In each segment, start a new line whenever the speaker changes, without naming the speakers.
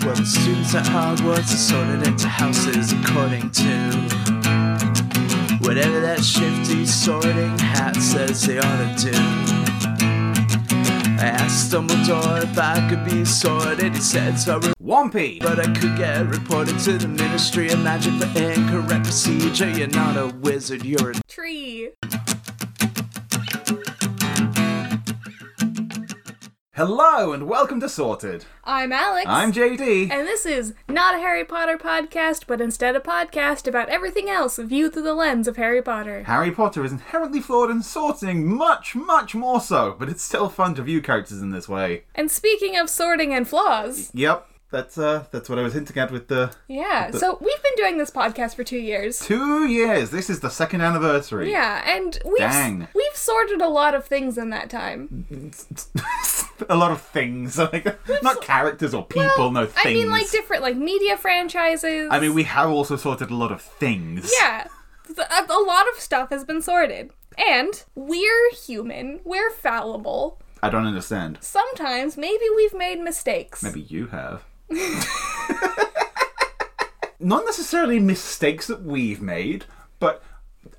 Well, the students at Hogwarts are sorted into houses according to whatever that shifty sorting hat says they ought to do. I asked Dumbledore if I could be sorted. He said, sorry,
Wompy!
but I could get reported to the Ministry of Magic for incorrect procedure. You're not a wizard, you're a
Tree.
Hello and welcome to Sorted.
I'm Alex.
I'm JD.
and this is not a Harry Potter podcast, but instead a podcast about everything else viewed through the lens of Harry Potter.
Harry Potter is inherently flawed in sorting, much, much more so, but it's still fun to view characters in this way.
And speaking of sorting and flaws,
Yep, that's uh that's what I was hinting at with the
yeah, so we've been doing this podcast for two years.
two years. This is the second anniversary.
Yeah, and we've
Dang.
we've sorted a lot of things in that time.
A lot of things. Like not characters or people, no things.
I mean, like different like media franchises.
I mean, we have also sorted a lot of things.
yeah, Th- a a lot of stuff has been sorted. And we're human. We're fallible.
I don't understand.
Sometimes maybe we've made mistakes.
Maybe you have. Not necessarily mistakes that we've made, but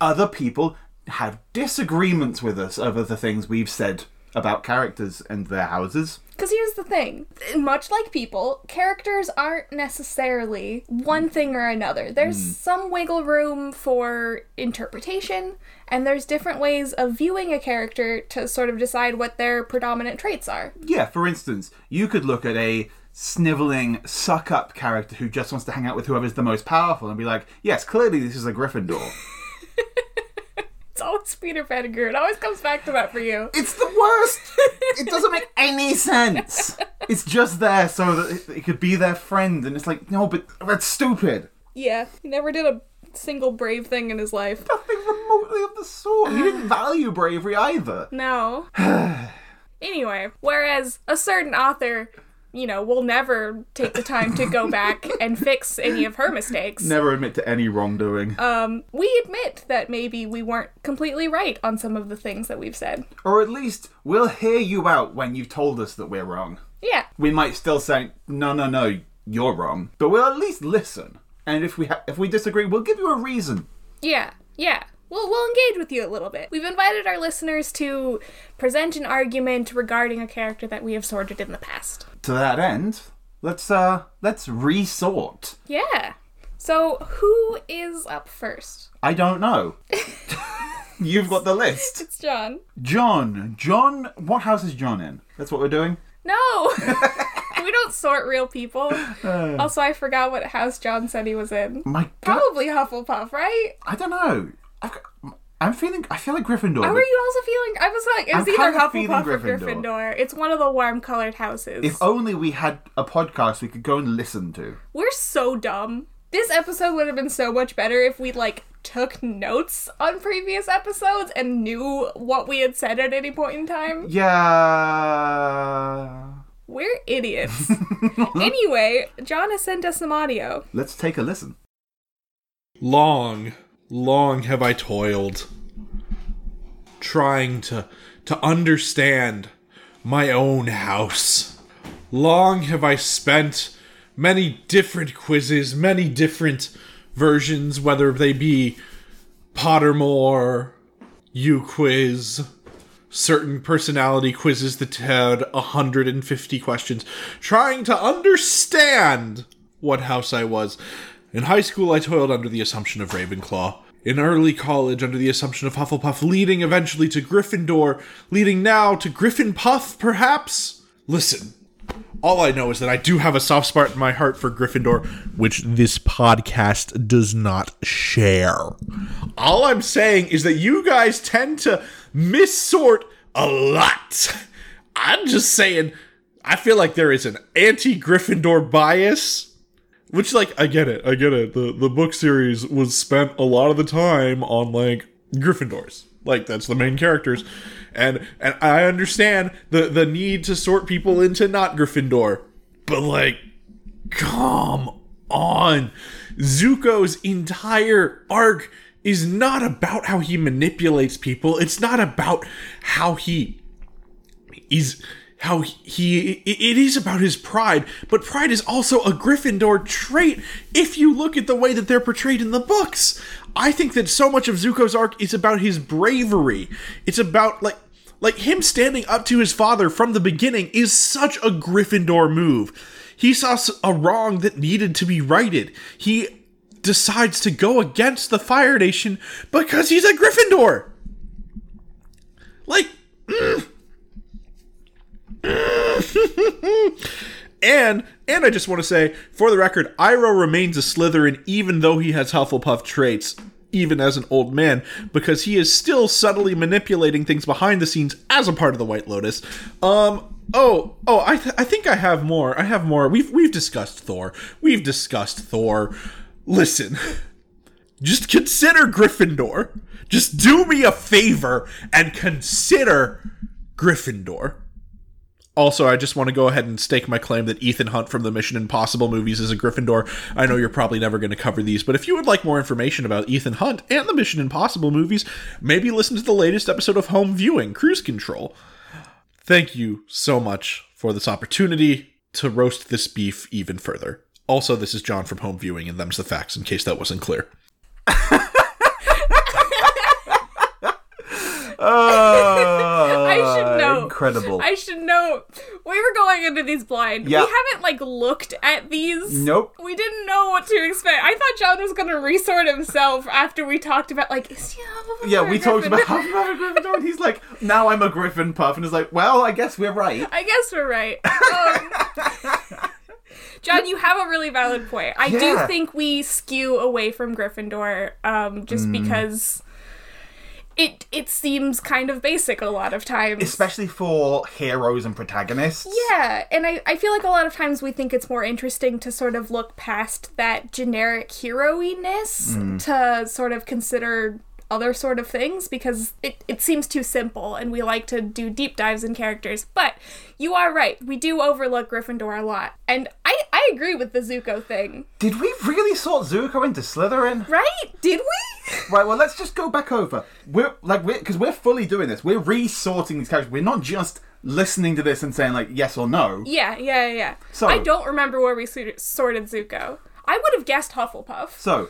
other people have disagreements with us over the things we've said about characters and their houses.
Because here's the thing much like people, characters aren't necessarily one thing or another. There's some wiggle room for interpretation, and there's different ways of viewing a character to sort of decide what their predominant traits are.
Yeah, for instance, you could look at a sniveling, suck up character who just wants to hang out with whoever's the most powerful and be like, yes, clearly this is a Gryffindor.
It's always Peter Pettigrew. It always comes back to that for you.
It's the worst. it doesn't make any sense. It's just there so that it- it could be their friend, and it's like, no, but that's stupid.
Yeah, he never did a single brave thing in his life.
Nothing remotely of the sort. You didn't value bravery either.
No. anyway, whereas a certain author, you know, will never take the time to go back and fix any of her mistakes.
Never admit to any wrongdoing.
um, we admit that maybe we weren't completely right on some of the things that we've said.
or at least we'll hear you out when you've told us that we're wrong.
Yeah.
We might still say, no, no, no, you're wrong. But we'll at least listen. And if we ha- if we disagree, we'll give you a reason.
Yeah. Yeah. We'll, we'll engage with you a little bit. We've invited our listeners to present an argument regarding a character that we have sorted in the past.
To that end, let's uh let's resort.
Yeah. So, who is up first?
I don't know. You've got the list.
It's John.
John. John. What house is John in? That's what we're doing.
No! we don't sort real people. also, I forgot what house John said he was in.
My God.
Probably Hufflepuff, right?
I don't know. I've got, I'm feeling. I feel like Gryffindor.
How
but
were you also feeling? I was like, it was
I'm
either
kind of feeling
Hufflepuff or
Gryffindor.
Gryffindor. It's one of the warm-colored houses.
If only we had a podcast we could go and listen to.
We're so dumb. This episode would have been so much better if we like took notes on previous episodes and knew what we had said at any point in time.
Yeah.
We're idiots. anyway, John has sent us some audio.
Let's take a listen.
Long, long have I toiled, trying to to understand my own house. Long have I spent many different quizzes, many different versions, whether they be Pottermore, U Quiz, certain personality quizzes that had 150 questions, trying to understand what house I was. In high school, I toiled under the assumption of Ravenclaw. In early college, under the assumption of Hufflepuff, leading eventually to Gryffindor, leading now to Griffin Puff, perhaps? Listen, all I know is that I do have a soft spot in my heart for Gryffindor, which this podcast does not share. All I'm saying is that you guys tend to missort a lot. I'm just saying, I feel like there is an anti Gryffindor bias. Which, like, I get it. I get it. The, the book series was spent a lot of the time on, like, Gryffindors. Like, that's the main characters. And and I understand the, the need to sort people into not Gryffindor. But, like, come on. Zuko's entire arc is not about how he manipulates people, it's not about how he is how he i- it is about his pride, but pride is also a Gryffindor trait if you look at the way that they're portrayed in the books. I think that so much of Zuko's arc is about his bravery. It's about like like him standing up to his father from the beginning is such a Gryffindor move. He saw s- a wrong that needed to be righted. He decides to go against the Fire Nation because he's a Gryffindor. Like And and I just want to say, for the record, Iroh remains a Slytherin even though he has Hufflepuff traits, even as an old man, because he is still subtly manipulating things behind the scenes as a part of the White Lotus. Um. Oh, oh, I, th- I think I have more. I have more. We've we've discussed Thor. We've discussed Thor. Listen, just consider Gryffindor. Just do me a favor and consider Gryffindor. Also, I just want to go ahead and stake my claim that Ethan Hunt from the Mission Impossible movies is a Gryffindor. I know you're probably never going to cover these, but if you would like more information about Ethan Hunt and the Mission Impossible movies, maybe listen to the latest episode of Home Viewing Cruise Control. Thank you so much for this opportunity to roast this beef even further. Also, this is John from Home Viewing, and them's the facts in case that wasn't clear.
Oh,
I should know.
Incredible.
I should know. We were going into these blind.
Yeah.
We haven't like looked at these.
Nope.
We didn't know what to expect. I thought John was gonna resort himself after we talked about like is he a
yeah, we talked about
Gryffindor?
half of a Gryffindor, and he's like, now I'm a Griffin Puff, and he's like, well, I guess we're right.
I guess we're right. Um, John, you have a really valid point. I do
Yeah.
think we skew away from Gryffindor um, just
Mm.
because it it seems kind of basic a lot of times.
Especially for heroes and protagonists.
Yeah, and I, I feel like a lot of times we think it's more interesting to sort of look past that generic heroiness
Mm.
to sort of consider other sort of things because it, it seems too simple and we like to do deep dives in characters. But you are right, we do overlook Gryffindor a lot. And I, I agree with the Zuko thing.
Did we really sort Zuko into Slytherin?
Right? Did we?
Right, well, let's just go back over. We're like, we're because we're fully doing this. We're resorting these characters. We're not just listening to this and saying like yes or no.
yeah, yeah, yeah.
So-
I don't remember where we su- sorted Zuko. I would have guessed Hufflepuff.
So,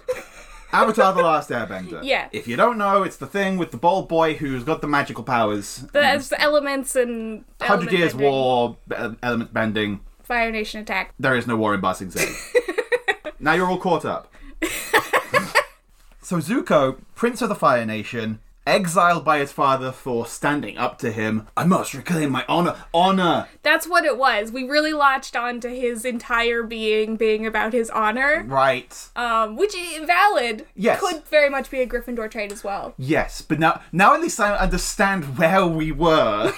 Avatar: The Last Airbender.
Yeah.
If you don't know, it's the thing with the bald boy who's got the magical powers.
There's elements and
Hmm. Hundred
element
Years
bending,
War, uh, element bending.
Fire Nation attack.
There is no war in Basing City. now you're all caught up. so Zuko, Prince of the Fire Nation, exiled by his father for standing up to him. I must reclaim my honor. Honor.
That's what it was. We really latched on to his entire being being about his honor,
Right.
um, which i- valid
Yes.
could very much be a Gryffindor trait as well.
Yes, but now now at least I understand where we were.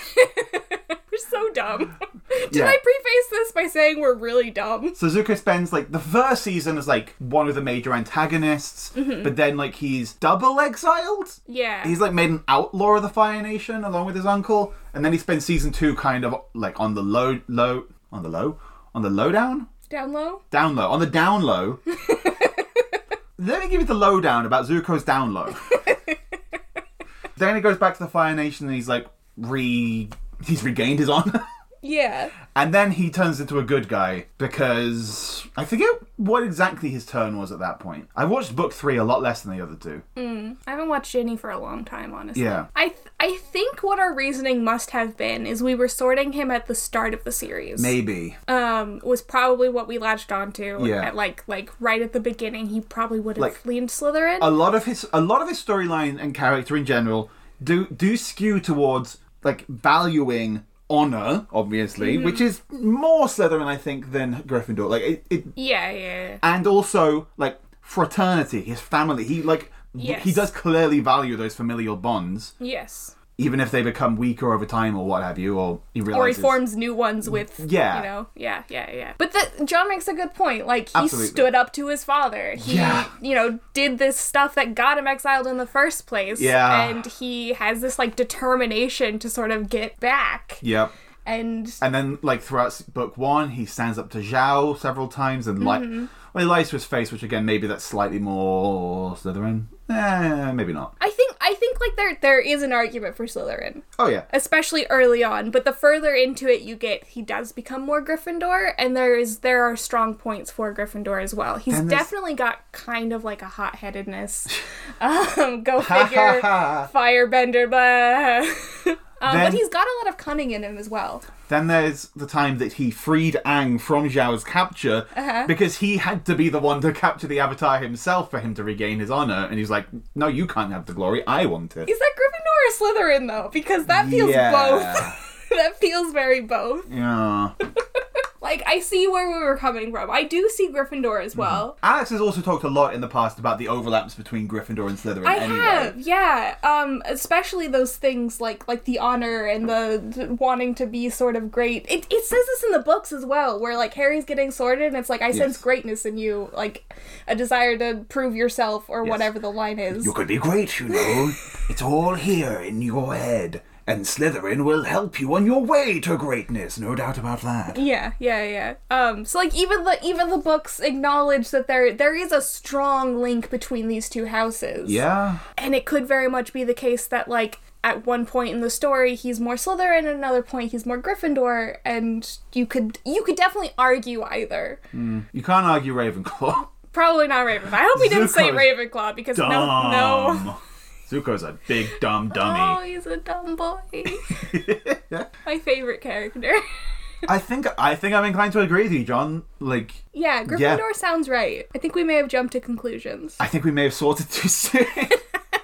We're so dumb. Did
Yeah.
I preface this by saying we're really dumb?
So Zuko spends like the first season as like one of the major antagonists, but then like he's double exiled.
Yeah.
He's like made an outlaw of the Fire Nation along with his uncle, and then he spends season two kind of like on the low low on the low on the lowdown
Down low?
down low on the down low. Let me give you the lowdown about Zuko's down low. then he goes back to the Fire Nation and he's like re he's regained his honor.
Yeah.
And then he turns into a good guy because I forget what exactly his turn was at that point. I watched book three a lot less than the other two.
I haven't watched any for a long time, honestly.
Yeah.
I th- I think what our reasoning must have been is we were sorting him at the start of the series.
Maybe.
Um, was probably what we latched onto.
Yeah.
At like like right at the beginning, he probably would have
Like-
leaned Slytherin.
A lot of his a lot of his storyline and character in general do do skew towards like valuing honor, obviously, which is more Slytherin I think than Gryffindor. Like it, it
yeah, yeah. yeah.
and also like fraternity, his family. He like
Yes.
he does clearly value those familial bonds,
Yes.
even if they become weaker over time or what have you, or he
Or he
realizes
forms new ones with,
Yeah.
you know, yeah, yeah, yeah. But the, John makes a good point. Like he
Absolutely.
stood up to his father. He,
Yeah.
you know, did this stuff that got him exiled in the first place.
Yeah.
and he has this like determination to sort of get back.
Yep.
And
And then, like throughout book one, he stands up to Zhao several times and like,
Mm-hmm.
well, he lies to his face, which again, maybe that's slightly more Slytherin. Eh, maybe not.
I think I think like there there is an argument for Slytherin,
Oh yeah.
especially early on. But the further into it you get, he does become more Gryffindor, and there is there are strong points for Gryffindor as well. He's
And there's-
definitely got kind of like a hot headedness. um, go
Ha, ha,
figure,
ha.
firebender, blah. Um,
Then-
but he's got a lot of cunning in him as well.
Then there's the time that he freed Ang from Zhao's capture
Uh-huh.
because he had to be the one to capture the Avatar himself for him to regain his honor. And he's like, "No, you can't have the glory. I want it."
Is that Gryffindor or Slytherin though? Because that feels
Yeah.
both. that feels very both.
Yeah.
Like I see where we were coming from. I do see Gryffindor
Mm-hmm.
as well.
Alex has also talked a lot in the past about the overlaps between Gryffindor and Slytherin.
I
anyway.
have, yeah. Um, especially those things like like the honor and the, the wanting to be sort of great. It, it says this in the books as well, where like Harry's getting sorted, and it's like I sense greatness in you, like a desire to prove yourself or whatever the line is.
You could be great, you know. it's all here in your head. And Slytherin will help you on your way to greatness, no doubt about that.
Yeah, yeah, yeah. Um, so like even the even the books acknowledge that there there is a strong link between these two houses.
Yeah.
And it could very much be the case that like at one point in the story he's more Slytherin and at another point he's more Gryffindor and you could you could definitely argue either.
You can't argue Ravenclaw.
Probably not Ravenclaw. I hope we didn't say
Zuko's
Ravenclaw because
Dumb.
no no
Zuko's a big dumb
Oh,
dummy.
he's a dumb boy. My favorite character.
I think I think I'm inclined to agree with you, John. Like
yeah, Gryffindor sounds right. I think we may have jumped to conclusions.
I think we may have sorted too soon.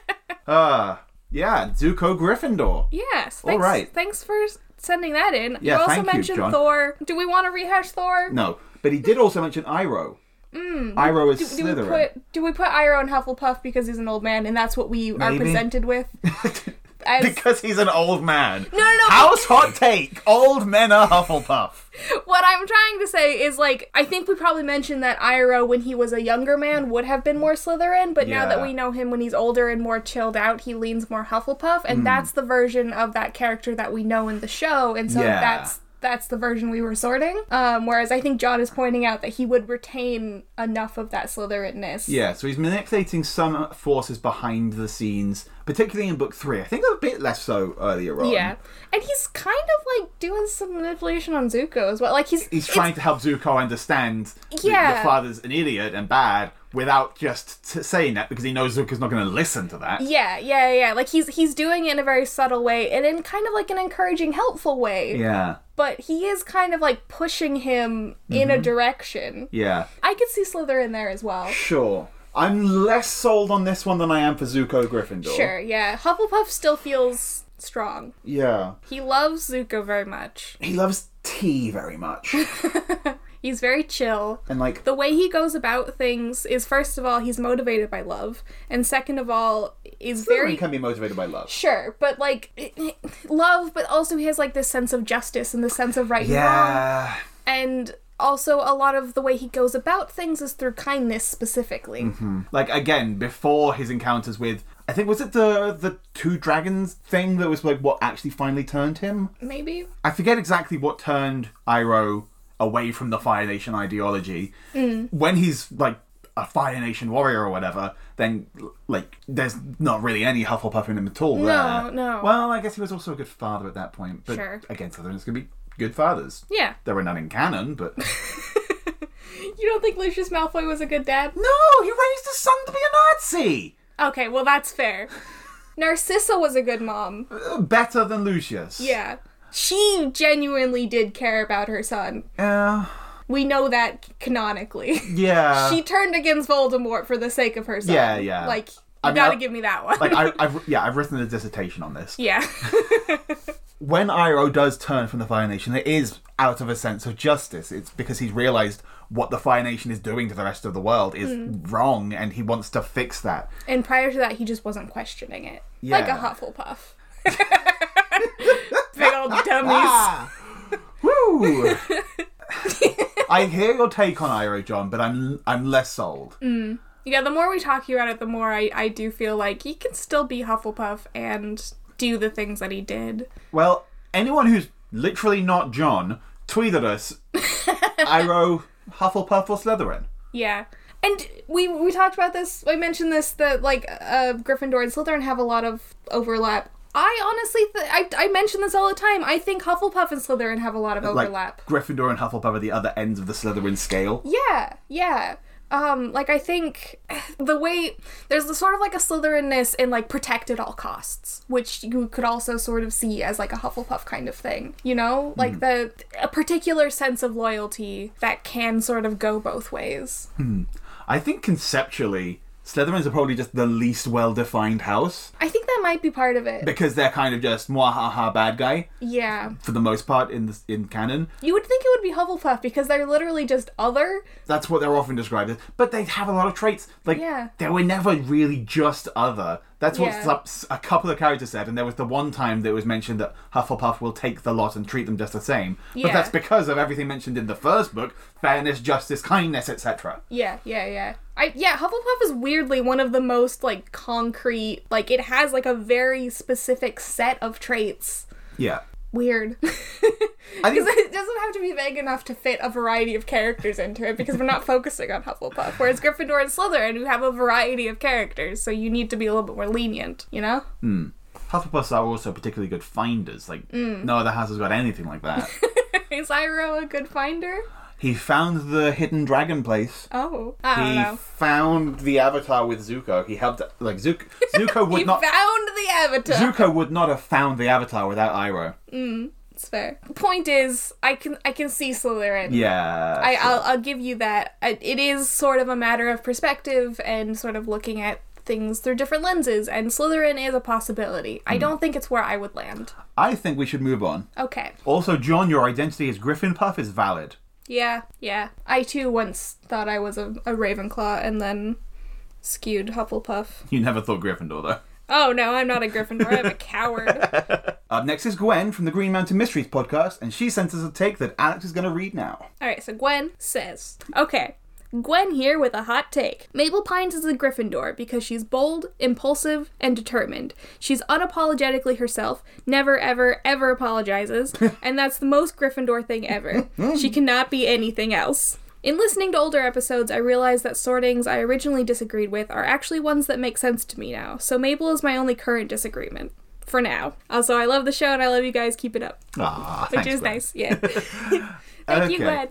uh yeah, Zuko Gryffindor.
Yes.
All
Thanks,
right.
Thanks for s- sending that in.
Yeah,
you also
thank you,
mentioned
John.
Thor. Do we want to rehash Thor?
No. But he did also mention Iroh. Iroh is
Mm. Do we
Slytherin.
put do we put Iroh in Hufflepuff because he's an old man and that's what we are
Maybe.
presented with? As,
because he's an old man.
no, no, no.
House hot take. Old men are Hufflepuff.
what I'm trying to say is like I think we probably mentioned that Iroh when he was a younger man would have been more Slytherin, but now that
Yeah.
we know him when he's older and more chilled out, he leans more Hufflepuff,
Mm.
and that's the version of that character that we know in the show, and so
Yeah.
that's that's the version we were sorting. Um, whereas I think John is pointing out that he would retain enough of that Slytherinness.
Yeah, so he's manipulating some forces behind the scenes, particularly in book three. I think a bit less so earlier on.
Yeah. And he's kind of like doing some manipulation on Zuko as well. Like he's
He's
it's-
trying to help Zuko understand that
Yeah.
the father's an idiot and bad without just t- saying that because he knows Zuko's not going to listen to that.
Yeah, yeah, yeah. Like he's he's doing it in a very subtle way and in kind of like an encouraging, helpful way.
Yeah,
But he is kind of like pushing him in a direction.
yeah.
I could see Slytherin there as well.
Mm-hmm. Sure. I'm less sold on this one than I am for Zuko Gryffindor.
Sure, yeah. Hufflepuff still feels strong.
Yeah.
He loves Zuko very much.
He loves tea very much.
He's very chill.
and, like,
The way he goes about things is first of all, he's motivated by love, and second of all, is
very
very
can be motivated by love.
Sure, but like love, but also he has like this sense of justice and the sense of right and wrong,
Yeah.
and also a lot of the way he goes about things is through kindness specifically.
like again before his encounters with I think was it the the two dragons thing that was like what actually finally turned him.
Maybe
I forget exactly what turned Iroh away from the Fire Nation ideology.
Mm.
When he's like a Fire Nation warrior or whatever, then like there's not really any Hufflepuff in him at all.
No,
there.
no.
Well, I guess he was also a good father at that point. But
Sure.
again, Slytherin's gonna be good fathers.
Yeah.
There were none in canon, but
you don't think Lucius Malfoy was a good dad?
no, he raised his son to be a Nazi.
Okay, well that's fair. Narcissa was a good mom.
Better than Lucius.
Yeah. She genuinely did care about her son.
Yeah.
We know that canonically.
Uh, Yeah.
she turned against Voldemort for the sake of her son.
Yeah, yeah.
Like you
I mean,
gotta
I-
give me that one.
like I, I've yeah, I've written a dissertation on this.
yeah.
When Iroh does turn from the Fire Nation, it is out of a sense of justice. It's because he's realised what the Fire Nation is doing to the rest of the world is
Mm.
wrong, and he wants to fix that.
And prior to that, he just wasn't questioning it. Like a
Yeah.
Hufflepuff. Big old
Ah.
dummies.
Woo! I hear your take on Iroh, John, but I'm I'm less sold.
Mm. Yeah, the more we talk about it, the more I, I do feel like he can still be Hufflepuff and do the things that he did.
Well, anyone who's literally not John tweeted us Iroh, Hufflepuff, or Slytherin.
Yeah. And we we talked about this. I mentioned this that like uh, Gryffindor and Slytherin have a lot of overlap. I honestly, th- I I mention this all the time. I think Hufflepuff and Slytherin have a lot of
Like
overlap.
Gryffindor and Hufflepuff are the other ends of the Slytherin scale.
Yeah, yeah. Um, like I think the way there's the sort of like a Slytherinness in like protect at all costs, which you could also sort of see as like a Hufflepuff kind of thing, you know, like the a particular sense of loyalty that can sort of go both ways.
I think conceptually, Slytherins are probably just the least well-defined house
I think that might be part of it.
because they're kind of just mwahaha bad guy
Yeah,
for the most part in the, in canon.
you would think it would be Hufflepuff because they're literally just other.
That's what they're often described as. But they have a lot of traits. Like
Yeah.
they were never really just other. That's what
Yeah.
sup- a couple of characters said, and there was the one time that it was mentioned that Hufflepuff will take the lot and treat them just the same. But
Yeah.
that's because of everything mentioned in the first book: fairness, justice, kindness, etc.
Yeah, yeah, yeah. I yeah, Hufflepuff is weirdly one of the most like concrete. Like it has like a very specific set of traits
Yeah.
weird.
I
Because
think
it doesn't have to be vague enough to fit a variety of characters into it because we're not focusing on Hufflepuff. Whereas Gryffindor and Slytherin, you have a variety of characters, so you need to be a little bit more lenient, you know?
Hufflepuffs are also particularly good finders. Like
Mm.
no other house has got anything like that.
Is Iroh a good finder?
he found the hidden dragon place.
Oh, I don't
He
know.
found the avatar with Zuko. He helped like Zuko. Zuko
He
would not.
found the Avatar.
Zuko would not have found the Avatar without Iroh.
Mm. It's fair. Point is, I can I can see Slytherin.
Yeah.
I, I'll, I'll give you that. I- It is sort of a matter of perspective and sort of looking at things through different lenses, and Slytherin is a possibility.
Hmm.
I don't think it's where I would land.
I think we should move on.
Okay.
Also, John, your identity as Griffin Puff is valid.
Yeah, yeah. I too once thought I was a, a Ravenclaw and then skewed Hufflepuff.
You never thought Gryffindor, though.
Oh no, I'm not a Gryffindor. I'm a coward.
Up next is Gwen from the Green Mountain Mysteries podcast, and she sent us a take that Alex is going to read now.
All right, so Gwen says, okay. Gwen here with a hot take. Mabel Pines is a Gryffindor because she's bold, impulsive, and determined. She's unapologetically herself, never, ever, ever apologizes, and that's the most Gryffindor thing ever. she cannot be anything else. In listening to older episodes, I realized that sortings I originally disagreed with are actually ones that make sense to me now, so Mabel is my only current disagreement. For now. Also, I love the show and I love you guys. Keep it up.
Ah,
Which is nice. Yeah. Thank you, Gwen.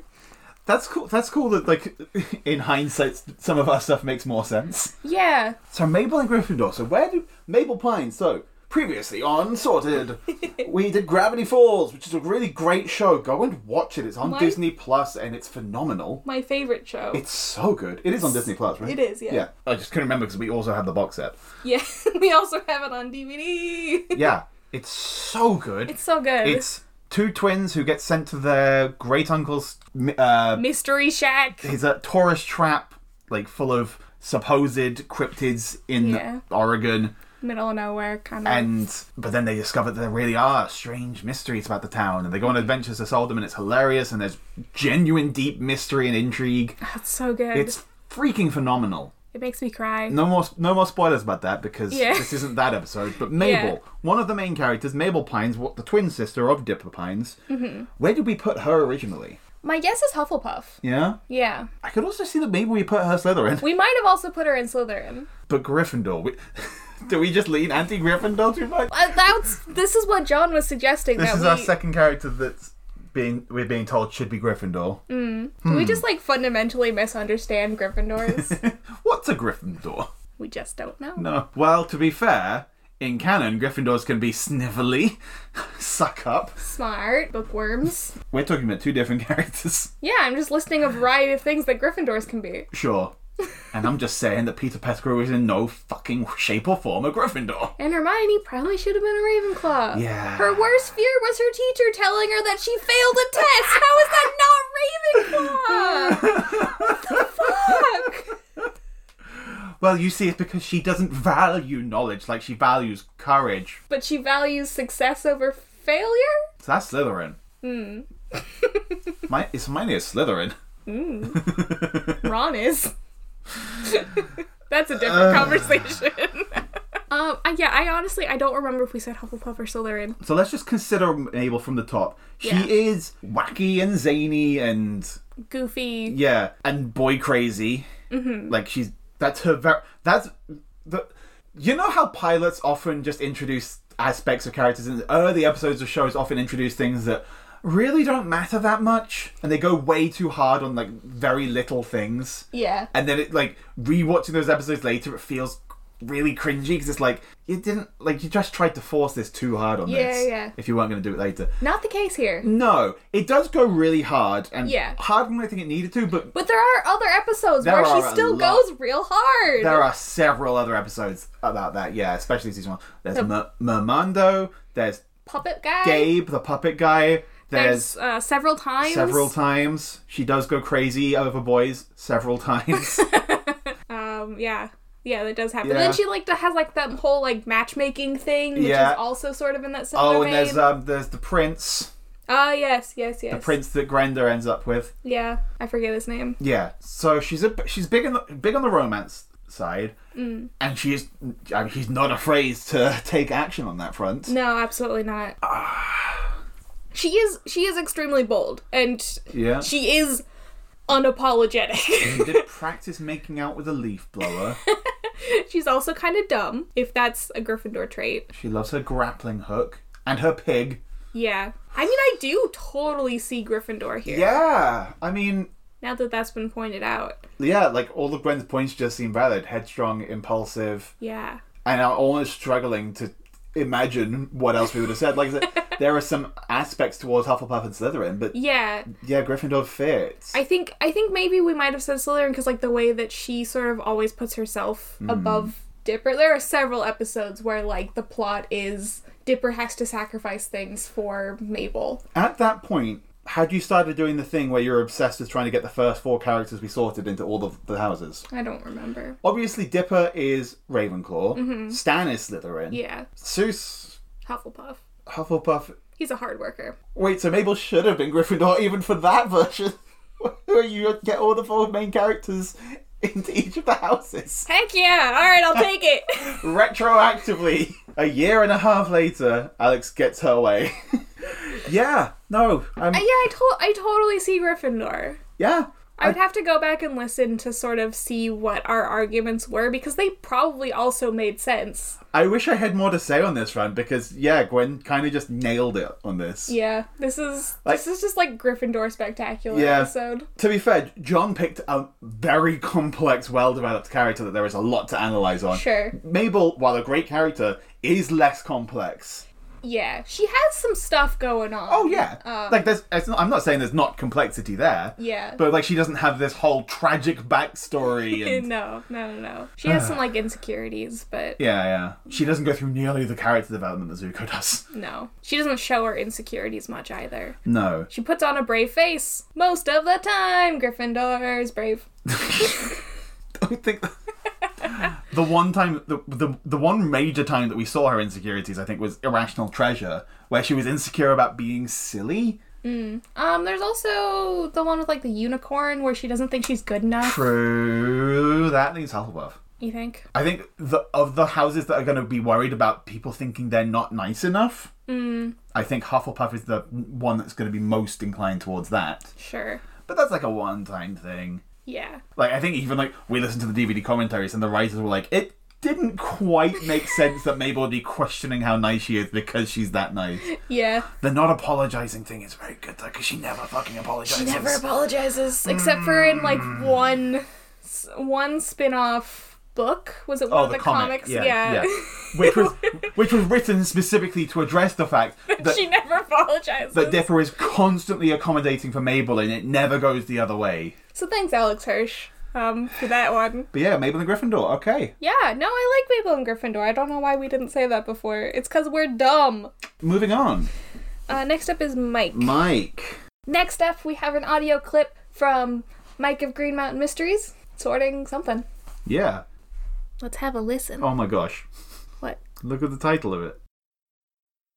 That's cool. That's cool that, like, in hindsight, some of our stuff makes more sense.
Yeah.
So Mabel and Gryffindor. So where do Mabel Pine? So previously on Sorted, we did Gravity Falls, which is a really great show. Go and watch it. It's on
My-
Disney Plus, and it's phenomenal.
my favorite show.
It's so good. It is on Disney Plus, right?
it is, yeah.
Yeah. I just couldn't remember because we also had the box set.
yeah, we also have it on DVD.
Yeah. It's so good.
It's so good.
It's two twins who get sent to their great uncle's uh,
Mystery Shack.
his uh, tourist trap, like full of supposed cryptids in
Yeah.
Oregon.
Middle of nowhere, kind of.
and but then they discover that there really are strange mysteries about the town and they go on adventures to solve them and it's hilarious and there's genuine deep mystery and intrigue
That's so good.
it's freaking phenomenal
it makes me cry.
no more no more spoilers about that because
Yeah.
this isn't that episode but mabel
Yeah.
one of the main characters mabel pines what the twin sister of dipper pines
Mm-hmm.
where did we put her originally
My guess is Hufflepuff.
yeah
Yeah.
i could also see that maybe we put her slytherin
We might have also put her in Slytherin.
but gryffindor we, do we just lean anti-gryffindor too much
Uh, that's this is what John was suggesting
this
that
is
we
our second character that's being we're being told should be Gryffindor. Hmm.
we just like fundamentally misunderstand Gryffindors.
What's a Gryffindor?
we just don't know.
No. Well, to be fair, in canon, Gryffindors can be snivelly, suck up.
Smart bookworms.
We're talking about two different characters.
Yeah, I'm just listing a variety of things that Gryffindors can be.
Sure. and I'm just saying that Peter Pettigrew is in no fucking shape or form a Gryffindor.
And Hermione probably should have been a Ravenclaw.
Yeah.
Her worst fear was her teacher telling her that she failed a test. How is that not Ravenclaw? Fuck.
well, you see, it's because she doesn't value knowledge like she values courage.
But she values success over failure?
So that's Slytherin. Hmm. My, it's mine is Slytherin.
Ron is. That's a different
Uh.
conversation. um, I- yeah, I honestly I don't remember if we said Hufflepuff or Slytherin.
So let's just consider Mabel from the top. She
Yeah.
is wacky and zany and
Goofy.
yeah, and boy crazy. Like she's that's her ver- that's the you know how pilots often just introduce aspects of characters in the early episodes of shows often introduce things that really don't matter that much and they go way too hard on like very little things
Yeah.
and then it like rewatching those episodes later it feels really cringy because it's like you didn't like you just tried to force this too hard on
Yeah,
this
yeah.
if you weren't going to do it later
Not the case here.
no it does go really hard and
Yeah.
harder than i think it needed to but
But there are other episodes
There
where
are
she
a
still
lot.
goes real hard.
there are several other episodes about that yeah especially season one there's Mer- mermando there's
Puppet guy.
gabe the puppet guy there's,
There's uh, several times.
several times she does go crazy over boys several times
Um, yeah. Yeah, that does happen.
Yeah.
And then she like has like that whole like matchmaking thing, which
Yeah.
is also sort of in that similar
oh and
vein.
there's um there's the prince
Ah, yes, yes, yes.
the prince that Grender ends up with
Yeah, I forget his name.
Yeah, so she's a she's big on the big on the romance side, and she's I mean, she's not afraid to take action on that front.
No, absolutely not.
Ah.
she is she is extremely bold, and
Yeah, she
she is unapologetic.
did practice making out with a leaf blower.
She's also kind of dumb, if that's a Gryffindor trait.
she loves her grappling hook and her pig.
Yeah, I mean, I do totally see Gryffindor here.
Yeah, I mean,
Now that that's been pointed out.
yeah, like all of Gwen's points just seem valid: headstrong, impulsive,
Yeah.
and I'm almost struggling to imagine what else we would have said. Like I said, there are some aspects towards Hufflepuff and Slytherin, but
Yeah,
yeah, Gryffindor fits.
I think I think maybe we might have said Slytherin because like the way that she sort of always puts herself
Hmm.
above Dipper. There are several episodes where like the plot is Dipper has to sacrifice things for Mabel.
At that point, had you started doing the thing where you're obsessed with trying to get the first four characters we sorted into all of the houses?
I don't remember.
Obviously, Dipper is Ravenclaw. Stan is Slytherin.
Mm-hmm. Yeah,
Seuss,
Hufflepuff.
Hufflepuff.
He's a hard worker.
Wait, so Mabel should have been Gryffindor even for that version, where you get all the four main characters into each of the houses
Heck yeah! All right, I'll take it.
retroactively. A year and a half later, Alex gets her way. yeah, no, I'm,
yeah, I to- I totally see Gryffindor.
yeah.
I would have to go back and listen to sort of see what our arguments were because they probably also made sense.
I wish I had more to say on this run because yeah, Gwen kind of just nailed it on this.
Yeah, this is
Like-
this is just like Gryffindor spectacular
Yeah.
episode.
To be fair, John picked a very complex, well-developed character that there is a lot to analyze on.
Sure.
Mabel, while a great character, is less complex.
Yeah, she has some stuff going on.
Oh yeah, like there's. It's not, I'm not saying there's not complexity there.
Um. Yeah.
But like she doesn't have this whole tragic backstory and.
Eh, No, no, no, no. She has some like insecurities, but
Yeah, yeah. She doesn't go through nearly the character development that Zuko does.
no. She doesn't show her insecurities much either.
No.
She puts on a brave face most of the time. Gryffindor is brave.
don't think the one time the, the the one major time that we saw her insecurities I think was Irrational Treasure where she was insecure about being silly.
Um, there's also the one with like the unicorn where she doesn't think she's good enough.
True, that leaves Hufflepuff.
You think?
I think the of the houses that are going to be worried about people thinking they're not nice enough. I think Hufflepuff is the one that's going to be most inclined towards that.
Sure.
But that's like a one-time thing.
Yeah.
Like I think even like we listened to the DVD commentaries and the writers were like, it didn't quite make sense that Mabel would be questioning how nice she is because she's that nice.
Yeah.
The not apologizing thing is very good though, because she never fucking apologizes.
never apologizes except for in like
Mm.
one s- one spin-off book was it one
Oh,
of
the,
the,
comic,
comics
yeah, yeah. which was which was written specifically to address the fact that
she never apologizes
that Dipper is constantly accommodating for Mabel and it never goes the other way.
so thanks alex hirsch um for that one
But yeah, Mabel and Gryffindor, okay.
yeah no i like mabel and gryffindor i don't know why we didn't say that before it's because we're dumb
Moving on,
uh next up is mike
Mike.
next up we have an audio clip from mike of green mountain mysteries sorting something
Yeah.
let's have a listen
Oh my gosh,
what
look at the title of it.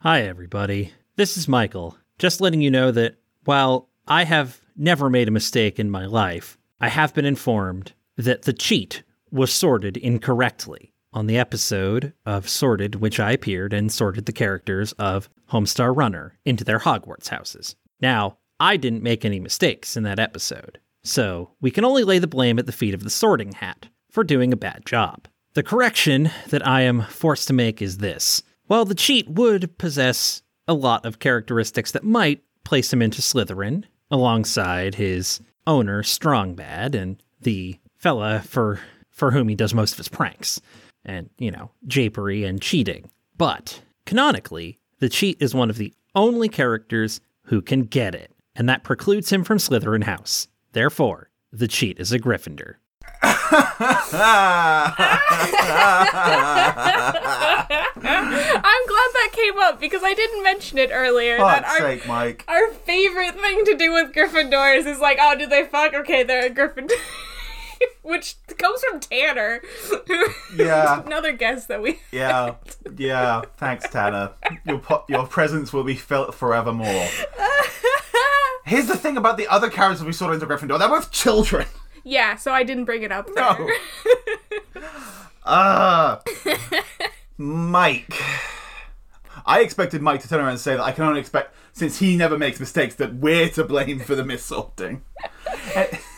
Hi, everybody. This is Michael. Just letting you know that while I have never made a mistake in my life, I have been informed that the cheat was sorted incorrectly on the episode of Sorted, which I appeared and sorted the characters of Homestar Runner into their Hogwarts houses. Now, I didn't make any mistakes in that episode. So we can only lay the blame at the feet of the sorting hat for doing a bad job. The correction that I am forced to make is this. While the cheat would possess a lot of characteristics that might place him into Slytherin, alongside his owner, Strongbad, and the fella for, for whom he does most of his pranks, and, you know, japery and cheating. But canonically, the cheat is one of the only characters who can get it, and that precludes him from Slytherin House. Therefore, the cheat is a Gryffindor.
I'm glad that came up because I didn't mention it earlier. that
Fuck's
our,
sake, Mike.
our favorite thing to do with Gryffindors is like, oh, did they fuck? Okay, they're a Gryffindor. Which comes from Tanner.
Yeah.
Another guess that we.
Yeah, yeah. Thanks, Tanner. Your po- your presence will be felt forevermore. Here's the thing about the other characters we saw into Gryffindor. They're both children.
Yeah, so I didn't bring it up. There.
No. Ah, Mike. I expected Mike to turn around and say that I can only expect, since he never makes mistakes, that we're to blame for the missorting.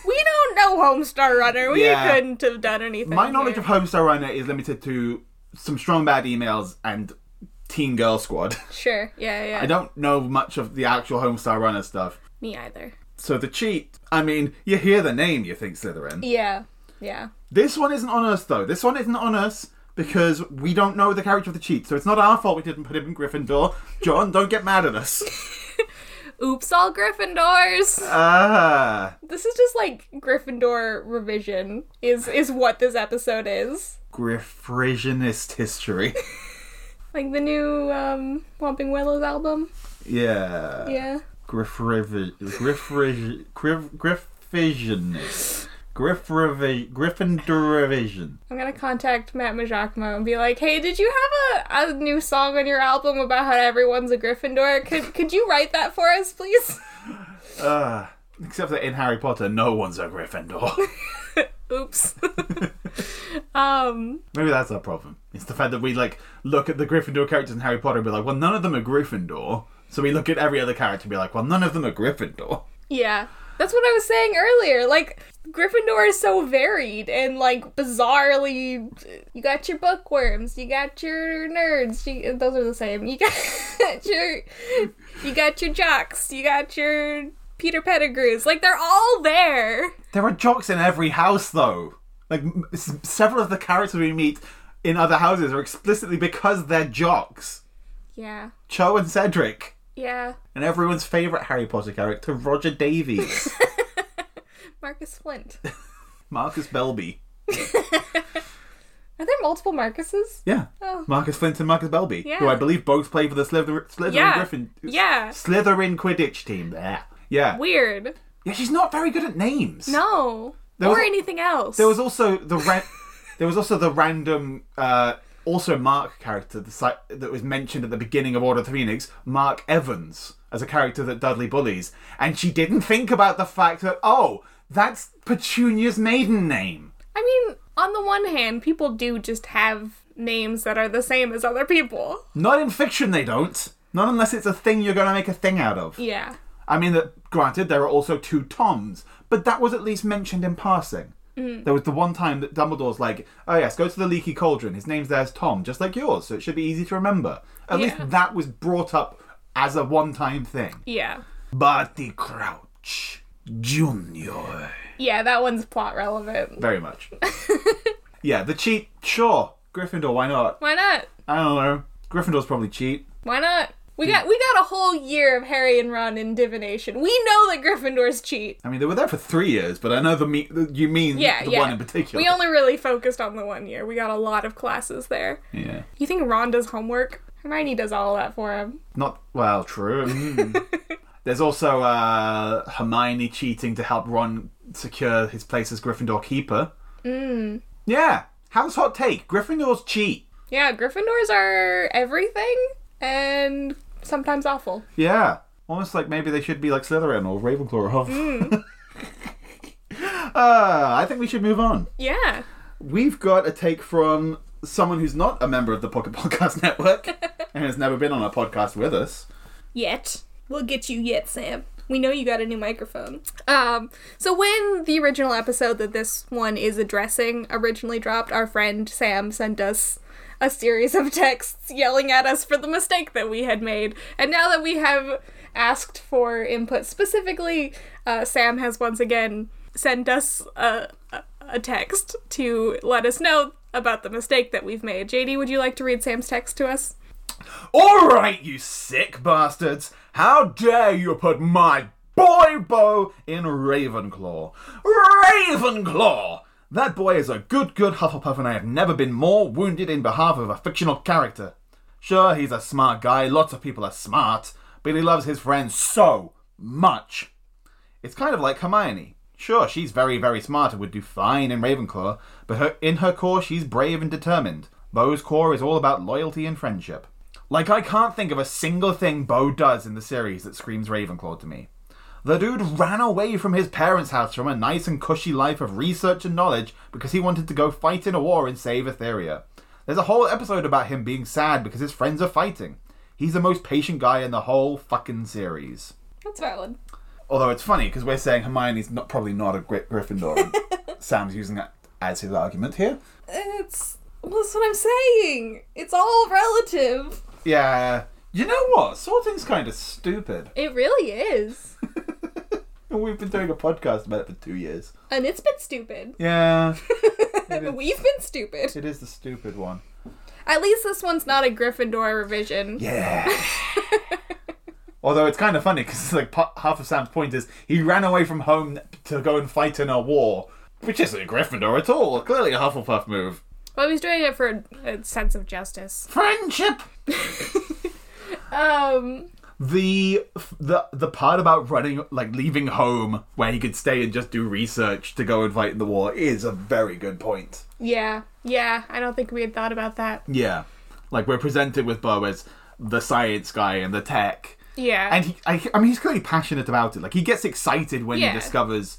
We don't know Homestar Runner. We
Yeah.
couldn't have done anything.
My knowledge
here.
of Homestar Runner is limited to some strong bad emails and Teen Girl Squad.
Sure. Yeah, yeah.
I don't know much of the actual Homestar Runner stuff.
Me either.
So the cheat, I mean, you hear the name, you think Slytherin.
Yeah. Yeah.
This one isn't on us, though. This one isn't on us because we don't know the character of the cheat, so it's not our fault we didn't put him in Gryffindor. John, don't get mad at us.
Oops, all Gryffindors.
Ah,
This is just like Gryffindor revision is is what this episode is.
Griffrisionist history.
Like the new um Whomping Willows album.
Yeah.
Yeah.
Griffrivi- Griffrig- Griff- Griffisionist. Griffrivi- Gryffindor revision.
I'm gonna contact Matt Majakmo and be like, "Hey, did you have a, a new song on your album about how everyone's a Gryffindor? Could could you write that for us, please?"
Ah. Except that in Harry Potter, no one's a Gryffindor.
Oops. um.
Maybe that's our problem. It's the fact that we like look at the Gryffindor characters in Harry Potter and be like, well, none of them are Gryffindor. So we look at every other character and be like, well, none of them are Gryffindor.
Yeah. That's what I was saying earlier. Like, Gryffindor is so varied and, like, bizarrely. You got your bookworms, you got your nerds, you, those are the same. You got your. You got your jocks, you got your Peter Pettigrews. Like, they're all there.
There are jocks in every house, though. Like m- s- several of the characters we meet in other houses are explicitly because they're jocks.
Yeah.
Cho and Cedric,
Yeah.
and everyone's favorite Harry Potter character, Roger Davies,
Marcus Flint.
Marcus Belby.
Are there multiple Marcuses?
Yeah,
Oh.
Marcus Flint and Marcus Belby, who
Yeah.
I believe both play for the Slyther- Slytherin
Yeah.
Griffin,
Yeah.
Slytherin Quidditch team. There. Yeah.
Weird.
Yeah, she's not very good at names.
No.
There was-
or anything else.
There was also the ra- there was also the random uh, also Mark character the si- that was mentioned at the beginning of Order of the Phoenix, Mark Evans as a character that Dudley bullies, and she didn't think about the fact that oh, that's Petunia's maiden name.
I mean, on the one hand, people do just have names that are the same as other people.
Not in fiction they don't. Not unless it's a thing you're going to make a thing out of.
Yeah.
I mean, that granted, there are also two Toms, but that was at least mentioned in passing.
Mm.
There was the one time that Dumbledore's like, "Oh yes, go to the Leaky Cauldron. His name's there's Tom, just like yours, so it should be easy to remember." At
Yeah.
least that was brought up as a one-time thing.
Yeah.
Barty Crouch Junior,
Yeah, that one's plot relevant.
very much. yeah, the cheat. Sure, Gryffindor. Why not?
Why not?
I don't know. Gryffindor's probably cheat.
Why not? We got we got a whole year of Harry and Ron in divination. We know that Gryffindors cheat.
I mean, they were there for three years, but I know the me- you mean
Yeah,
the
yeah.
one in particular.
We only really focused on the one year. We got a lot of classes there.
yeah.
You think Ron does homework? Hermione does all that for him.
Not well, true. Mm. There's also uh, Hermione cheating to help Ron secure his place as Gryffindor keeper. Mm. Yeah, how's hot take? Gryffindors cheat.
Yeah, Gryffindors are everything and sometimes awful.
Yeah, almost like maybe they should be like Slytherin or Ravenclaw or Huff. uh, I think we should move on.
Yeah.
We've got a take from someone who's not a member of the Pocket Podcast Network and has never been on a podcast with us.
Yet. We'll get you yet, Sam. We know you got a new microphone. Um, so when the original episode that this one is addressing originally dropped, our friend Sam sent us a series of texts yelling at us for the mistake that we had made. And now that we have asked for input specifically, uh, Sam has once again sent us a, a- a text to let us know about the mistake that we've made. JD, would you like to read Sam's text to us?
All right, you sick bastards! How dare you put my boy Bo in Ravenclaw? Ravenclaw! That boy is a good, good Hufflepuff, and I have never been more wounded in behalf of a fictional character. Sure, he's a smart guy, lots of people are smart, but he loves his friends so much. It's kind of like Hermione. Sure, she's very, very smart and would do fine in Ravenclaw, but her, in her core, she's brave and determined. Bo's core is all about loyalty and friendship. Like, I can't think of a single thing Bo does in the series that screams Ravenclaw to me. The dude ran away from his parents' house from a nice and cushy life of research and knowledge because he wanted to go fight in a war and save Etheria. There's a whole episode about him being sad because his friends are fighting. He's the most patient guy in the whole fucking series.
That's valid.
Although it's funny because we're saying Hermione's not probably not a Gry- Gryffindor. and Sam's using that as his argument here.
It's well, that's what I'm saying. It's all relative.
Yeah, you know what? Sorting's kind of stupid.
It really is,
We've been doing a podcast about it for two years.
and it's been stupid.
Yeah,
We've been stupid.
it is the stupid one.
At least this one's not a Gryffindor revision.
Yeah. Although it's kind of funny because like pa- half of Sam's point is he ran away from home to go and fight in a war, which isn't a Gryffindor at all. Clearly a Hufflepuff move.
Well, he's doing it for a, a sense of justice.
Friendship.
Um,
the the the part about running like leaving home where he could stay and just do research to go and fight in the war is a very good point
yeah, yeah. I don't think we had thought about that.
yeah like we're presented with bo as the science guy and the tech
Yeah,
and he i, I mean he's clearly passionate about it like he gets excited when
Yeah.
he discovers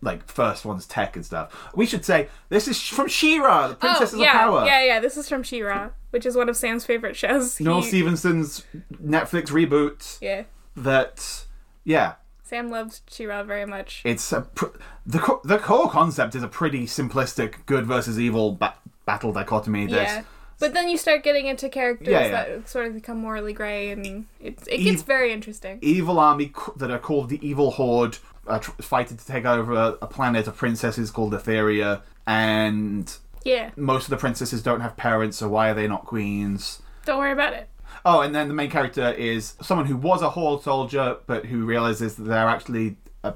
like first one's tech and stuff we should say this is from shira the princess
oh,
of
yeah,
power
yeah, yeah. This is from She-Ra, which is one of Sam's favorite shows.
noel
He-
stevenson's netflix reboot
Yeah,
that yeah
Sam loves She-Ra very much.
it's a pr- the co- the core concept is a pretty simplistic good versus evil ba- battle dichotomy. There's
Yeah. But then you start getting into characters
Yeah, yeah.
that sort of become morally gray, and it, it gets
Ev-
very interesting.
evil army c- that are called the Evil Horde, are tr- fighting to take over a, a planet of princesses called Etheria, and
yeah,
most of the princesses don't have parents, so why are they not queens?
don't worry about it.
Oh, and then the main character is someone who was a Horde soldier, but who realizes that they're actually a